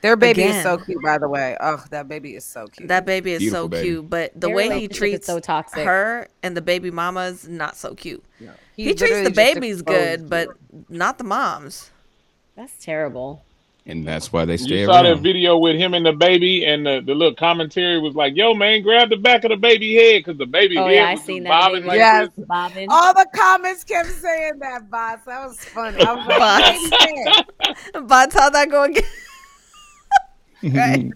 Speaker 7: Their baby is so
Speaker 3: Again.
Speaker 7: cute, by the way. Oh, that baby is so cute.
Speaker 3: That baby is
Speaker 6: Beautiful
Speaker 3: so
Speaker 6: baby.
Speaker 3: cute, but the
Speaker 5: Their
Speaker 3: way he
Speaker 5: relationship is
Speaker 3: treats
Speaker 5: so toxic.
Speaker 3: her and the baby mama's not so cute. He, treats
Speaker 7: literally
Speaker 3: the
Speaker 7: just
Speaker 3: babies
Speaker 7: exposed
Speaker 3: good, but not the moms.
Speaker 5: That's terrible.
Speaker 6: And that's why they stay
Speaker 4: You saw that
Speaker 6: around.
Speaker 4: video with him and the baby, and the, the little commentary was like, "Yo, man, grab the back of the baby head because the baby
Speaker 5: Oh
Speaker 4: head
Speaker 5: yeah, I
Speaker 4: was just
Speaker 5: seen that.
Speaker 4: bobbing
Speaker 5: Baby.
Speaker 4: like
Speaker 7: Yes.
Speaker 4: this."
Speaker 5: Bobbin.
Speaker 3: Oh
Speaker 7: All the comments kept saying that, boss. That was funny. I was like,
Speaker 3: Boss.
Speaker 7: "Baby man."
Speaker 3: But how that go again? right.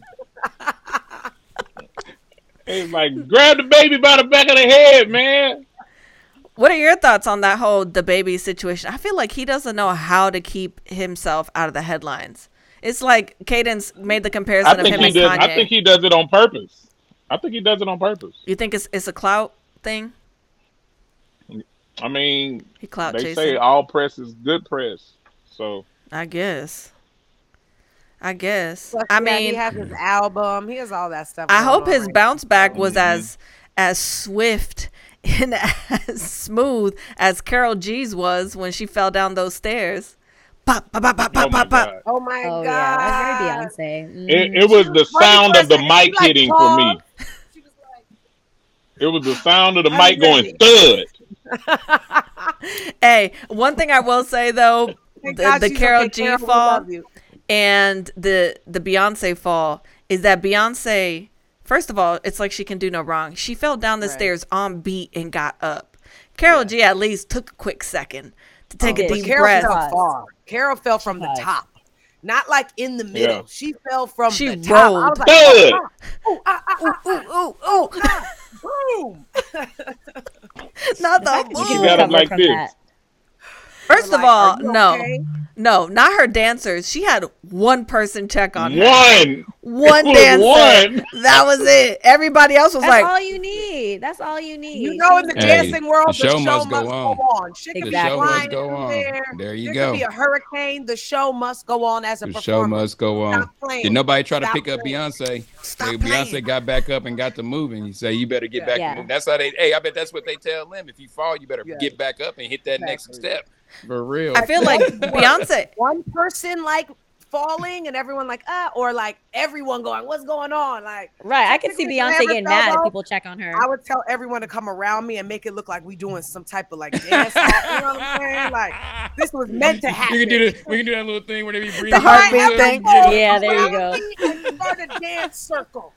Speaker 4: It's like, "Grab the baby by the back of the head, man."
Speaker 3: What are your thoughts on that whole the baby situation? I feel like he doesn't know how to keep himself out of the headlines. It's like Cadence made the comparison
Speaker 4: I
Speaker 3: of
Speaker 4: think
Speaker 3: him
Speaker 4: he
Speaker 3: and
Speaker 4: does.
Speaker 3: Kanye.
Speaker 4: I think he does it on purpose. I think he does it on purpose.
Speaker 3: you think it's it's a clout thing?
Speaker 4: I mean,
Speaker 3: He clout
Speaker 4: they say
Speaker 3: chasing.
Speaker 4: all press is good press, so
Speaker 3: I guess. I guess.
Speaker 7: Plus,
Speaker 3: I
Speaker 7: yeah, he
Speaker 3: mean,
Speaker 7: has his album. He has all that stuff.
Speaker 3: I
Speaker 7: going
Speaker 3: hope
Speaker 7: on
Speaker 3: his
Speaker 7: right
Speaker 3: bounce back was as as swift and as smooth as Carol G's was when she fell down those stairs. Pop, pop, pop, pop,
Speaker 4: oh
Speaker 3: pop,
Speaker 4: my
Speaker 3: pop, pop.
Speaker 4: god,
Speaker 7: now. Oh my
Speaker 5: Oh
Speaker 7: god!
Speaker 5: yeah, that's very Beyonce. Mm.
Speaker 4: it, it was the
Speaker 7: was funny
Speaker 4: sound
Speaker 7: for a
Speaker 4: of the
Speaker 7: second. She,
Speaker 4: mic
Speaker 7: like,
Speaker 4: hitting for me.
Speaker 7: paused. She was like,
Speaker 4: It was the sound of the
Speaker 7: I'm
Speaker 4: mic going thud.
Speaker 3: Hey, one thing I will say though,
Speaker 7: "Thank
Speaker 3: the,
Speaker 7: God
Speaker 3: the
Speaker 7: she's
Speaker 3: Carol
Speaker 7: okay,
Speaker 3: G
Speaker 7: Carol, we
Speaker 3: fall
Speaker 7: love you."
Speaker 3: and the the Beyonce fall is that Beyonce First of all, it's like she can do no wrong. She fell down the
Speaker 7: Right.
Speaker 3: stairs on beat and got up. Carol G at least took a quick second to take
Speaker 5: Oh,
Speaker 3: a
Speaker 5: but
Speaker 3: deep
Speaker 7: Carol
Speaker 3: breath.
Speaker 7: fell
Speaker 5: Yes.
Speaker 7: far. Carol fell from the
Speaker 5: Yes.
Speaker 7: top, not like in the middle.
Speaker 4: Yeah.
Speaker 7: She fell from
Speaker 3: She
Speaker 7: the top. I
Speaker 3: rolled.
Speaker 7: was like, oh,
Speaker 4: Good.
Speaker 7: ah, ooh, ah, ah, ah,
Speaker 3: Ooh, ooh, ooh.
Speaker 7: boom.
Speaker 3: Not the
Speaker 5: You
Speaker 4: She
Speaker 5: can
Speaker 3: boom.
Speaker 4: got up
Speaker 5: recover
Speaker 4: like
Speaker 5: from
Speaker 4: this.
Speaker 5: that.
Speaker 3: First of
Speaker 7: Like,
Speaker 3: all,
Speaker 7: are you
Speaker 3: no.
Speaker 7: okay?
Speaker 3: No, not her dancers. She had one person check on her.
Speaker 4: One.
Speaker 3: One
Speaker 4: It was
Speaker 3: dancer.
Speaker 4: one.
Speaker 3: That was it. Everybody else was
Speaker 5: That's
Speaker 3: like,
Speaker 5: all you need. That's all you need.
Speaker 7: You know, in the
Speaker 6: Hey,
Speaker 7: dancing world,
Speaker 6: the
Speaker 7: the
Speaker 6: show
Speaker 7: show,
Speaker 6: must
Speaker 7: must,
Speaker 6: go
Speaker 7: go
Speaker 6: on.
Speaker 7: on. Shit could
Speaker 6: The
Speaker 5: The
Speaker 7: be
Speaker 5: Exactly.
Speaker 6: show must
Speaker 7: flying
Speaker 6: go
Speaker 7: through
Speaker 6: on.
Speaker 7: There,
Speaker 6: There, you
Speaker 7: there
Speaker 6: go.
Speaker 7: could be a hurricane. The show must go on as a
Speaker 6: The
Speaker 7: performer.
Speaker 6: show must go on.
Speaker 7: Stop playing.
Speaker 6: Did nobody try to
Speaker 7: Stop
Speaker 6: pick up
Speaker 7: playing.
Speaker 6: Beyonce?
Speaker 3: Stop
Speaker 6: Hey,
Speaker 3: playing.
Speaker 6: Beyonce got back up and got to moving. You say you better get
Speaker 7: Yeah.
Speaker 6: back.
Speaker 5: Yeah.
Speaker 6: And move. That's how they. Hey, I bet that's what they tell them. If you fall, you better
Speaker 7: Yeah.
Speaker 6: get back up and hit that next
Speaker 7: Exactly.
Speaker 6: step. For real.
Speaker 3: I feel like Beyonce.
Speaker 7: One person like falling and everyone like ah, or like everyone going, "What's going on?" Like
Speaker 5: right. I can see
Speaker 7: If you
Speaker 5: Beyonce
Speaker 7: ever
Speaker 5: getting
Speaker 7: fell
Speaker 5: mad if
Speaker 7: off,
Speaker 5: people check on her.
Speaker 7: I would tell everyone to come around me and make it look like we doing some type of like dance. you know what I'm saying? Like this was meant to happen.
Speaker 6: We can do this. We can do that little thing where they be breathing.
Speaker 3: heartbeat
Speaker 6: Get up,
Speaker 3: thing.
Speaker 6: get up.
Speaker 5: Yeah, there you go.
Speaker 7: go. Start a dance circle.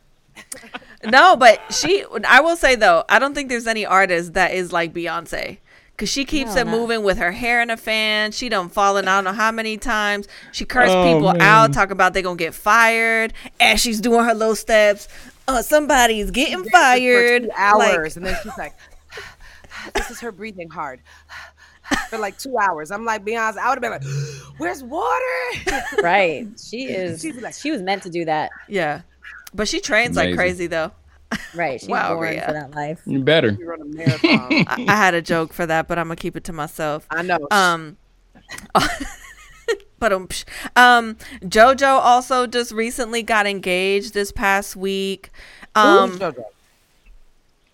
Speaker 3: No, but she. I will say though, I don't think there's any artist that is like Beyonce, cause she keeps
Speaker 5: No,
Speaker 3: it
Speaker 5: not-
Speaker 3: moving with her hair in a fan. She done fallen. I don't know how many times. She cursed
Speaker 6: Oh,
Speaker 3: people
Speaker 6: man.
Speaker 3: out, talk about they gonna get fired, and she's doing her little steps. Uh, somebody's getting
Speaker 7: for
Speaker 3: fired.
Speaker 7: two
Speaker 3: Like,
Speaker 7: hours and then she's like this is her breathing hard for like two hours i'm like beyonce i would have been like where's water
Speaker 5: right. She is.
Speaker 7: She'd be like-
Speaker 5: she was meant to do that.
Speaker 3: yeah, but she trains like
Speaker 6: Amazing.
Speaker 3: crazy though.
Speaker 5: Right. She's
Speaker 3: Wow,
Speaker 5: born
Speaker 3: Rhea.
Speaker 5: for that life.
Speaker 6: You better.
Speaker 7: you run a marathon
Speaker 3: I, I had a joke for that, but I'm gonna keep it to myself.
Speaker 7: i know
Speaker 3: Um, but um, psh. um, JoJo also just recently got engaged this past week.
Speaker 7: Who's
Speaker 3: Um,
Speaker 7: JoJo?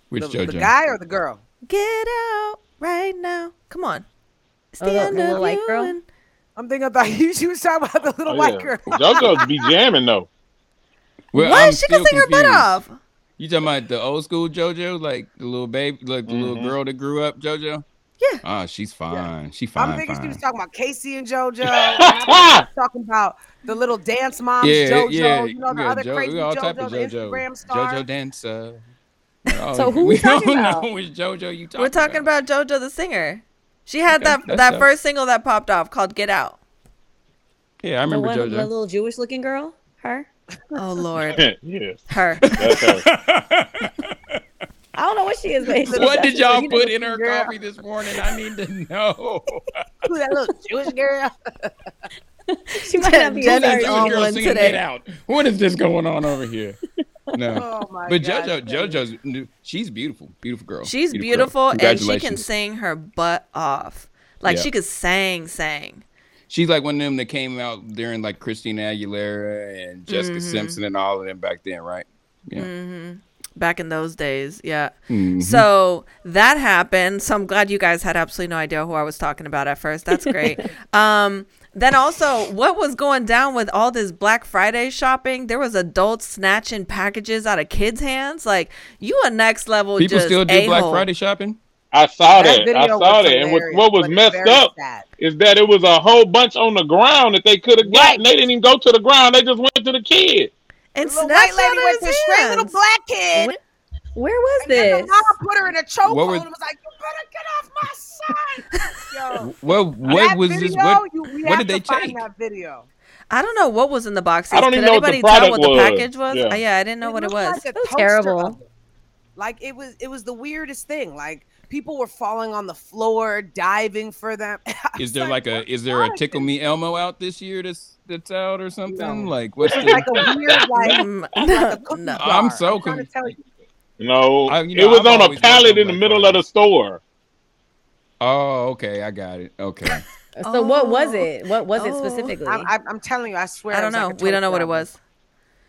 Speaker 6: Which
Speaker 7: The,
Speaker 6: JoJo?
Speaker 7: the guy or the girl
Speaker 3: get out right now! Come on, it's
Speaker 5: Oh,
Speaker 3: the
Speaker 5: the
Speaker 3: end
Speaker 5: little
Speaker 3: of
Speaker 5: white
Speaker 3: you
Speaker 5: girl?
Speaker 3: and-
Speaker 7: i'm thinking about you she was talking about the little
Speaker 4: Oh,
Speaker 7: white
Speaker 4: yeah.
Speaker 7: girl
Speaker 4: JoJo's be jamming though.
Speaker 6: Well,
Speaker 3: what?
Speaker 6: I'm
Speaker 3: she can
Speaker 6: still
Speaker 3: sing her butt
Speaker 6: confused.
Speaker 3: off.
Speaker 6: You talking about the old school JoJo, like the little baby, like the little
Speaker 4: Mhm.
Speaker 6: girl that grew up JoJo?
Speaker 3: Yeah.
Speaker 6: Ah, she's fine. She fine.
Speaker 7: i'm thinking she
Speaker 6: fine.
Speaker 7: was talking about casey and jojo and I was talking about the little dance moms
Speaker 6: yeah,
Speaker 7: jojo
Speaker 6: yeah.
Speaker 7: you know the
Speaker 6: yeah,
Speaker 7: other
Speaker 6: Jo-
Speaker 7: crazy
Speaker 6: we all
Speaker 7: jojo
Speaker 6: type
Speaker 7: the
Speaker 6: of JoJo. uh,
Speaker 7: instagram star
Speaker 6: JoJo dancer. Oh,
Speaker 5: So who
Speaker 6: we
Speaker 5: we talking
Speaker 6: don't
Speaker 5: about?
Speaker 6: know which JoJo you talking
Speaker 3: We're talking about JoJo the singer. She had
Speaker 6: Okay,
Speaker 3: that
Speaker 6: that's
Speaker 3: that
Speaker 6: dope.
Speaker 3: first single that popped off called "Get Out."
Speaker 6: Yeah, I
Speaker 5: The
Speaker 6: remember
Speaker 5: one, the
Speaker 6: JoJo.
Speaker 5: little Jewish looking girl. Her.
Speaker 3: Oh Lord,
Speaker 4: yes.
Speaker 3: her.
Speaker 4: That's her.
Speaker 5: I don't know what she is. But
Speaker 6: What did y'all
Speaker 5: You know,
Speaker 6: put in her
Speaker 7: girl.
Speaker 6: coffee this morning? I need to know.
Speaker 7: Who that little jewish girl
Speaker 5: She might not be. a
Speaker 3: Jenny's
Speaker 5: virgin.
Speaker 6: This
Speaker 3: on
Speaker 6: girl
Speaker 3: one
Speaker 6: singing
Speaker 3: today.
Speaker 6: Get Out. What is this going on over here? No.
Speaker 7: oh my
Speaker 6: But
Speaker 7: God.
Speaker 6: JoJo, JoJo's, new- she's beautiful, beautiful girl.
Speaker 3: She's
Speaker 6: girl.
Speaker 3: beautiful, and she can
Speaker 6: Congratulations.
Speaker 3: sing her butt off. Like
Speaker 6: Yeah.
Speaker 3: she could sing, sing.
Speaker 6: She's like one of them that came out during like Christina Aguilera and Jessica Simpson and all of them back then, right? Yeah.
Speaker 3: back in those days. Yeah.
Speaker 4: Mm-hmm.
Speaker 6: Mhm.
Speaker 3: So that happened. So I'm glad you guys had absolutely no idea who I was talking about at first. That's great. um, then also, what was going down with all this Black Friday shopping? There was adults snatching packages out of kids' hands. Like you a next level.
Speaker 6: People
Speaker 3: just
Speaker 6: still do Black
Speaker 3: a-hole.
Speaker 6: Friday shopping.
Speaker 4: I saw that.
Speaker 7: video
Speaker 4: I saw
Speaker 7: was
Speaker 4: that. And what,
Speaker 7: hilarious,
Speaker 4: what was
Speaker 7: but
Speaker 4: messed
Speaker 7: very
Speaker 4: up
Speaker 7: sad.
Speaker 4: is that it was a whole bunch on the ground that they could have gotten. They didn't even go to the ground. They just went to the kid.
Speaker 3: and
Speaker 7: Little
Speaker 3: snatched
Speaker 7: white
Speaker 3: out
Speaker 7: lady
Speaker 3: of
Speaker 7: with the
Speaker 3: his
Speaker 7: straight little
Speaker 3: hands.
Speaker 7: black kid.
Speaker 5: Where was
Speaker 7: And then the
Speaker 5: this?
Speaker 7: mom put her in a chokehold
Speaker 6: What were-
Speaker 7: and was like, "You better get off my son." Yo,
Speaker 6: Well, what
Speaker 7: that
Speaker 6: was
Speaker 7: video,
Speaker 6: this? What,
Speaker 7: you, we
Speaker 6: what did
Speaker 7: have
Speaker 6: they
Speaker 7: to find
Speaker 6: take?
Speaker 7: That video.
Speaker 3: I don't know what was in the boxes.
Speaker 4: I don't
Speaker 3: Could
Speaker 4: even know what the
Speaker 3: anybody tell
Speaker 4: product
Speaker 3: what the
Speaker 4: was.
Speaker 3: package was? Uh,
Speaker 4: Yeah.
Speaker 3: Yeah, I didn't know what it
Speaker 7: looked
Speaker 3: was.
Speaker 7: Like a
Speaker 5: So
Speaker 7: toaster
Speaker 5: terrible.
Speaker 7: oven. Like it was, it was the weirdest thing. Like people were falling on the floor, diving for them. I was
Speaker 6: is there like a
Speaker 7: what
Speaker 6: is there a
Speaker 7: product
Speaker 6: tickle
Speaker 7: is
Speaker 6: me Elmo out this year that's that's out or something?
Speaker 7: No.
Speaker 6: Like what's
Speaker 7: this? Like
Speaker 6: the?
Speaker 7: a weird, like,
Speaker 3: Mm,
Speaker 5: Mm-hmm.
Speaker 7: like a cookie
Speaker 3: no.
Speaker 7: jar.
Speaker 6: I'm so
Speaker 7: trying to
Speaker 6: conf-
Speaker 7: tell you.
Speaker 4: No,
Speaker 6: I- you know,
Speaker 4: it was
Speaker 6: I've
Speaker 4: on a
Speaker 6: always
Speaker 4: pallet
Speaker 6: worked on
Speaker 4: in the
Speaker 6: Black
Speaker 4: middle of the
Speaker 6: Fridays.
Speaker 4: store.
Speaker 6: Oh, okay, I got it. Okay,
Speaker 5: So what was
Speaker 3: Oh.
Speaker 5: it? What was it
Speaker 3: Oh.
Speaker 5: specifically?
Speaker 7: I'm, I'm- I'm telling you, I swear.
Speaker 3: I
Speaker 7: it
Speaker 3: don't
Speaker 7: was
Speaker 3: know.
Speaker 7: Like a
Speaker 3: we don't know what
Speaker 7: toaster
Speaker 3: it
Speaker 7: oven.
Speaker 3: was.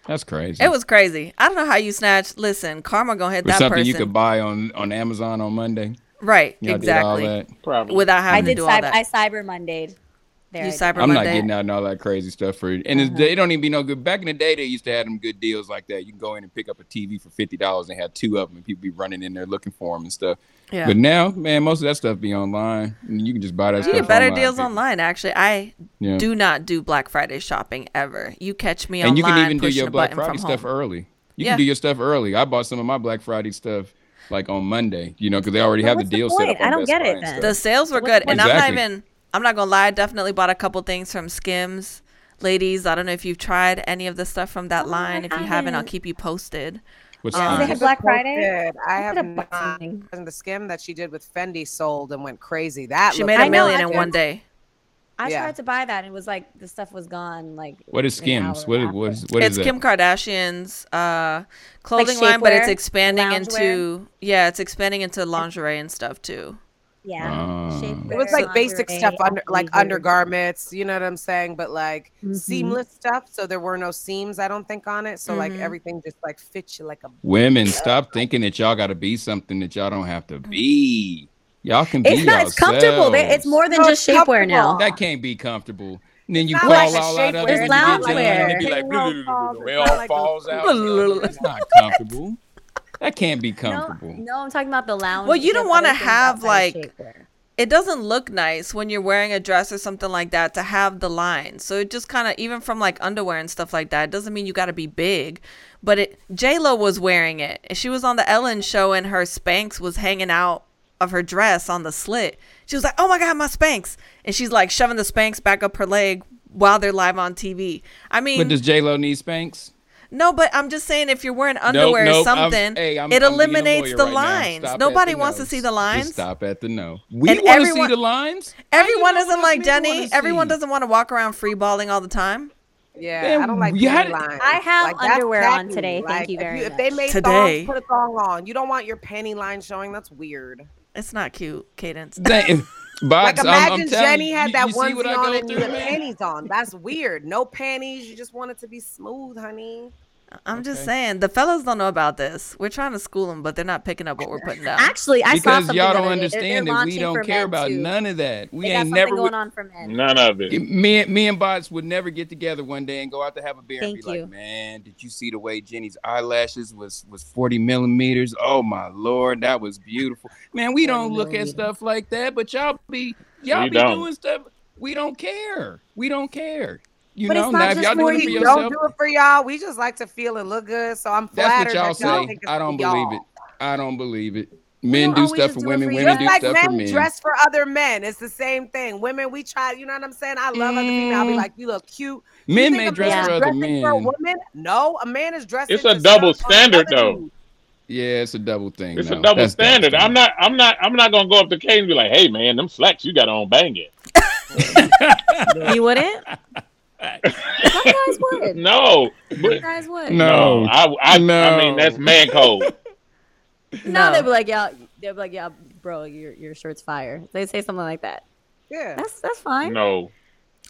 Speaker 6: that's crazy.
Speaker 3: It was crazy. I don't know how you snatched. Listen, karma gonna hit
Speaker 6: It was
Speaker 3: that
Speaker 6: something
Speaker 3: person.
Speaker 6: you could buy on on Amazon on Monday.
Speaker 3: Right,
Speaker 6: Y'all did all
Speaker 3: exactly.
Speaker 6: that.
Speaker 4: Probably.
Speaker 3: Without
Speaker 5: I
Speaker 3: having to
Speaker 5: did.
Speaker 3: do
Speaker 5: Cyber,
Speaker 3: all that.
Speaker 5: I Cyber Mondayed. There.
Speaker 3: you
Speaker 5: I did.
Speaker 3: cyber
Speaker 6: I'm not
Speaker 3: Monday.
Speaker 6: getting out and all that crazy stuff for it. And it's,
Speaker 5: Uh-huh.
Speaker 6: it don't even be no good. Back in the day, they used to have them good deals like that. You can go in and pick up a TV for fifty dollars and have two of them, and people be running in there looking for them and stuff.
Speaker 3: Yeah.
Speaker 6: But now, man, most of that stuff be online, and you can just buy that.
Speaker 3: you
Speaker 6: stuff
Speaker 3: get better
Speaker 6: online,
Speaker 3: deals
Speaker 6: people.
Speaker 3: online. Actually, I
Speaker 6: Yeah.
Speaker 3: do not do Black Friday shopping ever. You catch me online
Speaker 6: and you can even do
Speaker 3: pushing
Speaker 6: your
Speaker 3: a
Speaker 6: Black
Speaker 3: button from
Speaker 6: Friday
Speaker 3: home.
Speaker 6: stuff early. You
Speaker 3: Yeah.
Speaker 6: can do your stuff early. I bought some of my Black Friday stuff like on Monday, you know, because they already
Speaker 5: But
Speaker 6: have the
Speaker 5: what's the
Speaker 6: deal set
Speaker 5: point?
Speaker 6: up. on
Speaker 5: I don't
Speaker 6: Best
Speaker 5: get
Speaker 6: Buy
Speaker 5: it
Speaker 6: and
Speaker 5: then.
Speaker 6: stuff.
Speaker 3: The sales were
Speaker 5: What's
Speaker 3: good,
Speaker 5: the
Speaker 3: and I'm not
Speaker 6: Exactly.
Speaker 3: even. I'm not gonna lie. I definitely bought a couple things from Skims, ladies. I don't know if you've tried any of the stuff from that
Speaker 5: No, Oh, I
Speaker 3: line. If you haven't, I'll
Speaker 5: haven't.
Speaker 3: keep you posted.
Speaker 6: What's
Speaker 3: Yeah,
Speaker 7: um,
Speaker 6: the-
Speaker 5: they have Black Friday?
Speaker 7: Good. I
Speaker 5: I
Speaker 7: have
Speaker 5: could've bought
Speaker 7: not.
Speaker 5: something.
Speaker 7: And the skim that she did with Fendi sold and went crazy. That
Speaker 3: She
Speaker 7: looked
Speaker 3: made a
Speaker 5: I know,
Speaker 3: million
Speaker 5: I
Speaker 3: in
Speaker 5: tried-
Speaker 3: one day.
Speaker 5: I
Speaker 7: Yeah.
Speaker 5: tried to buy that and it was like the stuff was gone. Like
Speaker 6: What is
Speaker 5: an hour
Speaker 6: Skims? What is
Speaker 5: after.
Speaker 6: what is what is
Speaker 3: it's
Speaker 6: that?
Speaker 3: Kim Kardashian's uh, clothing line, but it's
Speaker 5: shapewear,
Speaker 3: expanding
Speaker 5: loungewear.
Speaker 3: into yeah, it's expanding into lingerie and stuff too.
Speaker 5: Yeah.
Speaker 6: Ah.
Speaker 7: It was like basic stuff under like undergarments, you know what I'm saying? But like
Speaker 5: Mhm.
Speaker 7: seamless stuff. So there were no seams, I don't think, on it. So like
Speaker 5: Mm-hmm.
Speaker 3: Mhm.
Speaker 7: everything just like fits you like a
Speaker 6: Women, stop thinking that y'all got to be something that y'all don't have to be. Y'all can be.
Speaker 5: It's not. It's comfortable. They- It's
Speaker 6: yourselves.
Speaker 5: more than
Speaker 7: No,
Speaker 5: just
Speaker 7: it's
Speaker 5: shapewear now.
Speaker 6: That can't be comfortable. And then you
Speaker 7: It's
Speaker 6: call
Speaker 7: not like a
Speaker 6: all out
Speaker 7: shapewear.
Speaker 6: other
Speaker 5: It's
Speaker 6: individuals
Speaker 5: loungewear.
Speaker 6: and it be like,
Speaker 7: It's
Speaker 6: "Blah,
Speaker 7: not
Speaker 6: blah, blah, blah,
Speaker 7: like
Speaker 6: blah." it
Speaker 7: those-
Speaker 6: all falls out. It's not comfortable. That can't be
Speaker 5: No,
Speaker 6: comfortable.
Speaker 5: no, I'm talking about the lounge.
Speaker 3: Well, you don't
Speaker 5: there's
Speaker 3: wanna
Speaker 5: other things
Speaker 3: have,
Speaker 5: outside
Speaker 3: like-
Speaker 5: shapewear.
Speaker 3: It doesn't look nice when you're wearing a dress or something like that to have the lines. So it just kind of even from like underwear and stuff like that. It doesn't mean you got to be big, but it J Lo was wearing it. and She was on the Ellen show and her Spanx was hanging out of her dress on the slit. She was like, "Oh my god, my Spanx!" And she's like shoving the Spanx back up her leg while they're live on TV. I mean,
Speaker 6: But does J Lo need spanks?
Speaker 3: No, but I'm just saying if you're wearing underwear or
Speaker 6: nope, I'm-
Speaker 3: something,
Speaker 6: hey, I'm-
Speaker 3: it
Speaker 6: I'm being a
Speaker 3: eliminates
Speaker 6: lawyer
Speaker 3: the
Speaker 6: right now.
Speaker 3: lines.
Speaker 6: Stop at
Speaker 3: Nobody
Speaker 6: the
Speaker 3: wants
Speaker 6: no.
Speaker 3: to see the
Speaker 6: Just
Speaker 3: lines.
Speaker 6: stop at the no. We
Speaker 3: And
Speaker 6: want to
Speaker 3: everyone-
Speaker 6: see the lines.
Speaker 3: Everyone
Speaker 6: How you
Speaker 3: isn't
Speaker 6: know
Speaker 3: like
Speaker 6: what we wanna
Speaker 3: Jenny. Everyone
Speaker 6: see?
Speaker 3: doesn't want to walk around free balling all the time.
Speaker 7: Yeah, I
Speaker 6: Man,
Speaker 7: don't like
Speaker 6: you had
Speaker 7: through
Speaker 6: it-
Speaker 7: lines.
Speaker 5: I have
Speaker 7: that's
Speaker 5: underwear on
Speaker 7: tacky.
Speaker 5: today, thank
Speaker 7: Like,
Speaker 5: you very
Speaker 7: if If they
Speaker 5: much.
Speaker 7: made
Speaker 3: Today.
Speaker 7: thongs, put a thong on. You don't want your panty line showing. That's weird.
Speaker 3: It's not cute, Cadence.
Speaker 6: Dang,
Speaker 7: Like
Speaker 6: Box, I'm- I'm
Speaker 7: imagine
Speaker 6: telling
Speaker 7: Jenny
Speaker 6: you,
Speaker 7: had
Speaker 6: you-
Speaker 7: that
Speaker 6: you see
Speaker 7: onesie
Speaker 6: what I
Speaker 7: on
Speaker 6: go
Speaker 7: and you
Speaker 6: through,
Speaker 7: had
Speaker 6: man?
Speaker 7: panties on. That's weird. No panties. You just want it to be smooth, honey.
Speaker 3: I'm just
Speaker 6: Okay.
Speaker 3: saying the fellas don't know about this. We're trying to school them, but they're not picking up what we're putting down.
Speaker 5: Actually, I saw
Speaker 6: because
Speaker 5: something
Speaker 6: y'all
Speaker 5: the
Speaker 6: don't
Speaker 5: other day. They're- they're
Speaker 6: understand that we
Speaker 5: launching for
Speaker 6: don't
Speaker 5: men,
Speaker 6: care about
Speaker 5: too.
Speaker 6: none of that. We
Speaker 5: They got
Speaker 6: ain't
Speaker 5: something
Speaker 6: never.
Speaker 5: going
Speaker 6: would-
Speaker 5: on for men.
Speaker 4: None of it.
Speaker 6: Me and me and Bots would never get together one day and go out to have a beer
Speaker 5: Thank
Speaker 6: and be
Speaker 5: you.
Speaker 6: like, "Man, did you see the way Jenny's eyelashes was was forty millimeters? Oh my lord, that was beautiful." Man, we don't look at stuff like that, but y'all be y'all
Speaker 4: We
Speaker 6: be
Speaker 4: don't.
Speaker 6: doing stuff. We don't care. We don't care. You
Speaker 5: But
Speaker 6: know,
Speaker 5: it's not
Speaker 6: now if
Speaker 5: just
Speaker 6: y'all doing it
Speaker 5: we
Speaker 6: for
Speaker 7: We don't
Speaker 6: yourself,
Speaker 7: do it for y'all. We just like to feel and look good. So I'm
Speaker 6: that's
Speaker 7: flattered
Speaker 6: what y'all
Speaker 7: that y'all
Speaker 6: say.
Speaker 7: think it's
Speaker 6: I don't
Speaker 7: for y'all.
Speaker 6: believe it. I don't believe it. Men
Speaker 5: don't
Speaker 6: do
Speaker 5: always
Speaker 6: stuff
Speaker 5: just
Speaker 6: for
Speaker 5: do it
Speaker 6: women.
Speaker 5: for you.
Speaker 6: Women
Speaker 5: Just
Speaker 6: do
Speaker 7: like
Speaker 6: stuff for
Speaker 7: men
Speaker 6: men.
Speaker 7: dress for other men. It's the same thing. Women, we try. You know what I'm saying? I love other people. I'll be
Speaker 6: Mm.
Speaker 7: like, you look cute. You
Speaker 6: Men
Speaker 7: think
Speaker 6: may
Speaker 7: a
Speaker 6: dress
Speaker 7: man's
Speaker 6: for other
Speaker 7: dressing For a
Speaker 6: men.
Speaker 7: woman? No, a man is dressing.
Speaker 4: It's a
Speaker 7: to
Speaker 4: double
Speaker 7: serve on
Speaker 4: standard,
Speaker 7: another
Speaker 4: though.
Speaker 7: dude.
Speaker 6: Yeah, it's a double thing.
Speaker 4: It's
Speaker 6: no.
Speaker 4: a double
Speaker 6: That's
Speaker 4: standard. I'm not. I'm not. I'm not gonna go up to Kate and be like, "Hey, man, them slacks you got on, bang it."
Speaker 5: You wouldn't? Some guys would.
Speaker 4: no,
Speaker 5: Some
Speaker 4: but
Speaker 5: guys would.
Speaker 6: No.
Speaker 4: no, I, I, I
Speaker 6: No.
Speaker 4: mean that's man code.
Speaker 5: No,
Speaker 3: No.
Speaker 5: they'd be like, yeah, they'd be like, yeah, bro, your your shirt's fire. They say something like that.
Speaker 7: Yeah.
Speaker 5: That's that's fine.
Speaker 4: No,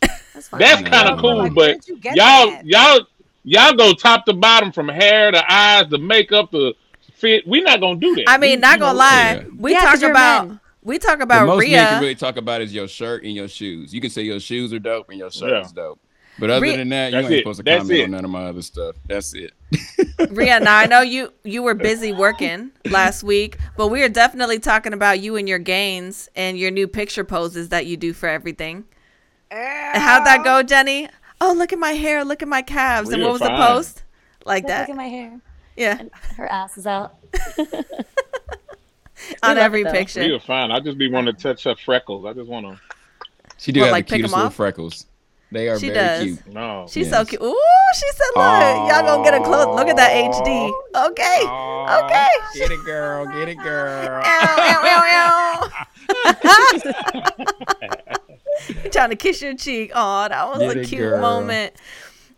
Speaker 5: That's fine.
Speaker 4: that's
Speaker 6: No.
Speaker 4: kind of
Speaker 6: No.
Speaker 4: cool,
Speaker 7: Like,
Speaker 4: but
Speaker 7: where'd you get
Speaker 4: y'all,
Speaker 7: that?
Speaker 4: y'all, y'all go top to bottom from hair to eyes to makeup to fit. We're not gonna do that.
Speaker 3: I mean,
Speaker 4: We-
Speaker 3: not
Speaker 4: you know,
Speaker 3: gonna lie,
Speaker 6: Yeah.
Speaker 3: we
Speaker 5: Yeah, 'cause
Speaker 3: talk
Speaker 5: you're
Speaker 3: about
Speaker 5: men.
Speaker 3: we talk
Speaker 6: The
Speaker 3: about
Speaker 6: most men
Speaker 3: Rhea.
Speaker 6: can really talk about is your shirt and your shoes. You can say your shoes are dope and your shirt
Speaker 4: Yeah.
Speaker 6: is dope. But other
Speaker 3: Rhea-
Speaker 6: than that, you
Speaker 4: That's
Speaker 6: ain't
Speaker 4: it.
Speaker 6: supposed to
Speaker 4: That's
Speaker 6: comment
Speaker 4: it.
Speaker 6: on none of my other stuff. That's it.
Speaker 3: Rhea, now I know you you were busy working last week, but we are definitely talking about you and your gains and your new picture poses that you do for everything. And how'd that go, Jenny? Oh, look at my hair, look at my calves, and
Speaker 4: Rhea,
Speaker 3: what was the
Speaker 4: fine.
Speaker 3: post? Like
Speaker 5: Look
Speaker 3: that,
Speaker 5: at my hair.
Speaker 3: yeah,
Speaker 5: Her ass is out.
Speaker 3: on
Speaker 5: love
Speaker 3: every
Speaker 5: it, though.
Speaker 3: picture.
Speaker 4: We are fine. I just be wanting to touch up freckles. I just want to.
Speaker 6: She do
Speaker 3: What,
Speaker 6: have
Speaker 3: like,
Speaker 6: the
Speaker 3: pick 'em
Speaker 6: cutest little
Speaker 3: off?
Speaker 6: freckles. They are
Speaker 3: She
Speaker 6: very
Speaker 3: does.
Speaker 6: cute.
Speaker 4: No.
Speaker 3: She's so
Speaker 6: Yes.
Speaker 3: cute. Ooh, she said, "Look, y'all gonna get a close look at that HD." Okay, okay.
Speaker 6: Get it, girl. Get it, girl.
Speaker 3: Ow, ow, ow, ow. Trying to kiss your cheek. Oh, that was a
Speaker 6: Little
Speaker 3: cute
Speaker 6: girl.
Speaker 3: moment.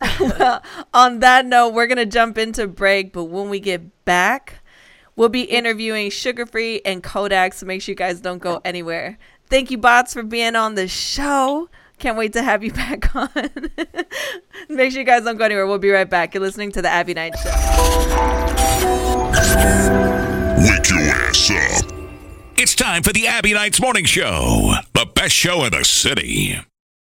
Speaker 3: Well, on that note, we're gonna jump into break, but when we get back, we'll be interviewing Sugar Free and Kodak. So make sure you guys don't go anywhere. Thank you, bots, for being on the show. Can't wait to have you back on. make sure you guys don't go anywhere. We'll be right back. You're listening to the Abby Night Show.
Speaker 1: Wake your ass up. It's time for the Abby Nights Morning Show, the best show in the city.